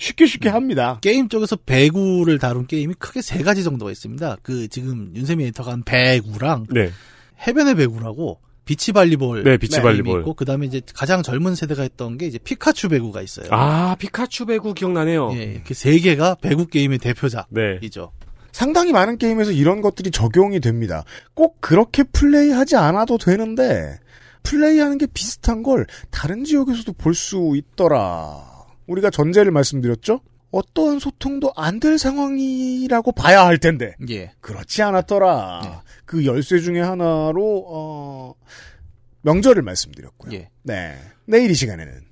S2: 쉽게 쉽게 합니다.
S8: 게임 쪽에서 배구를 다룬 게임이 크게 세 가지 정도가 있습니다. 그 지금 윤세미 에디터가 한 배구랑
S3: 네.
S8: 해변의 배구라고 비치발리볼
S3: 네, 비치발리볼.
S8: 있고 그다음에 이제 가장 젊은 세대가 했던 게 이제 피카츄 배구가 있어요.
S3: 아 피카츄 배구 기억나네요.
S8: 예, 그세 개가 배구 게임의 대표작.
S3: 네.
S8: 이죠.
S2: 상당히 많은 게임에서 이런 것들이 적용이 됩니다. 꼭 그렇게 플레이하지 않아도 되는데 플레이하는 게 비슷한 걸 다른 지역에서도 볼 수 있더라. 우리가 전제를 말씀드렸죠? 어떠한 소통도 안 될 상황이라고 봐야 할 텐데
S8: 예.
S2: 그렇지 않았더라. 그 열쇠 중에 하나로 어, 명절을 말씀드렸고요.
S8: 예.
S2: 네, 내일 이 시간에는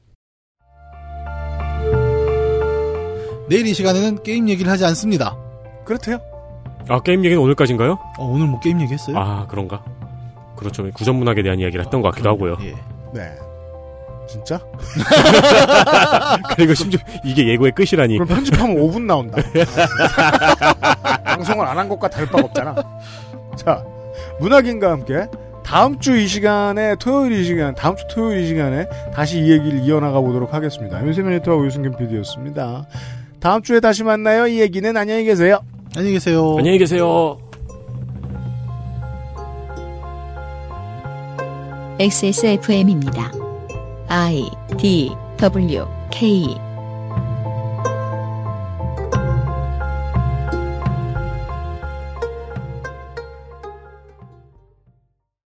S8: 내일 이 시간에는 게임 얘기를 하지 않습니다.
S2: 그렇대요.
S3: 아 게임 얘기는 오늘까지인가요?
S8: 어, 오늘 뭐 게임 얘기했어요?
S3: 아 그런가? 그렇죠. 구전문학에 대한 이야기를 했던 것 같기도 하고요.
S8: 예.
S2: 네. 진짜?
S3: 그리고 심지어 이게 예고의 끝이라니.
S2: 그럼 편집하면 5분 나온다. 방송을 안 한 것과 다를 바가 없잖아. 자, 문학인과 함께 다음 주 이 시간에 토요일 이 시간, 다음 주 토요일 이 시간에 다시 이 얘기를 이어나가 보도록 하겠습니다. 윤세민 에터하고 유승균 PD였습니다. 다음 주에 다시 만나요. 이 얘기는 안녕히 계세요.
S8: 안녕히 계세요.
S3: 안녕히 계세요.
S1: XSFM입니다. I D W K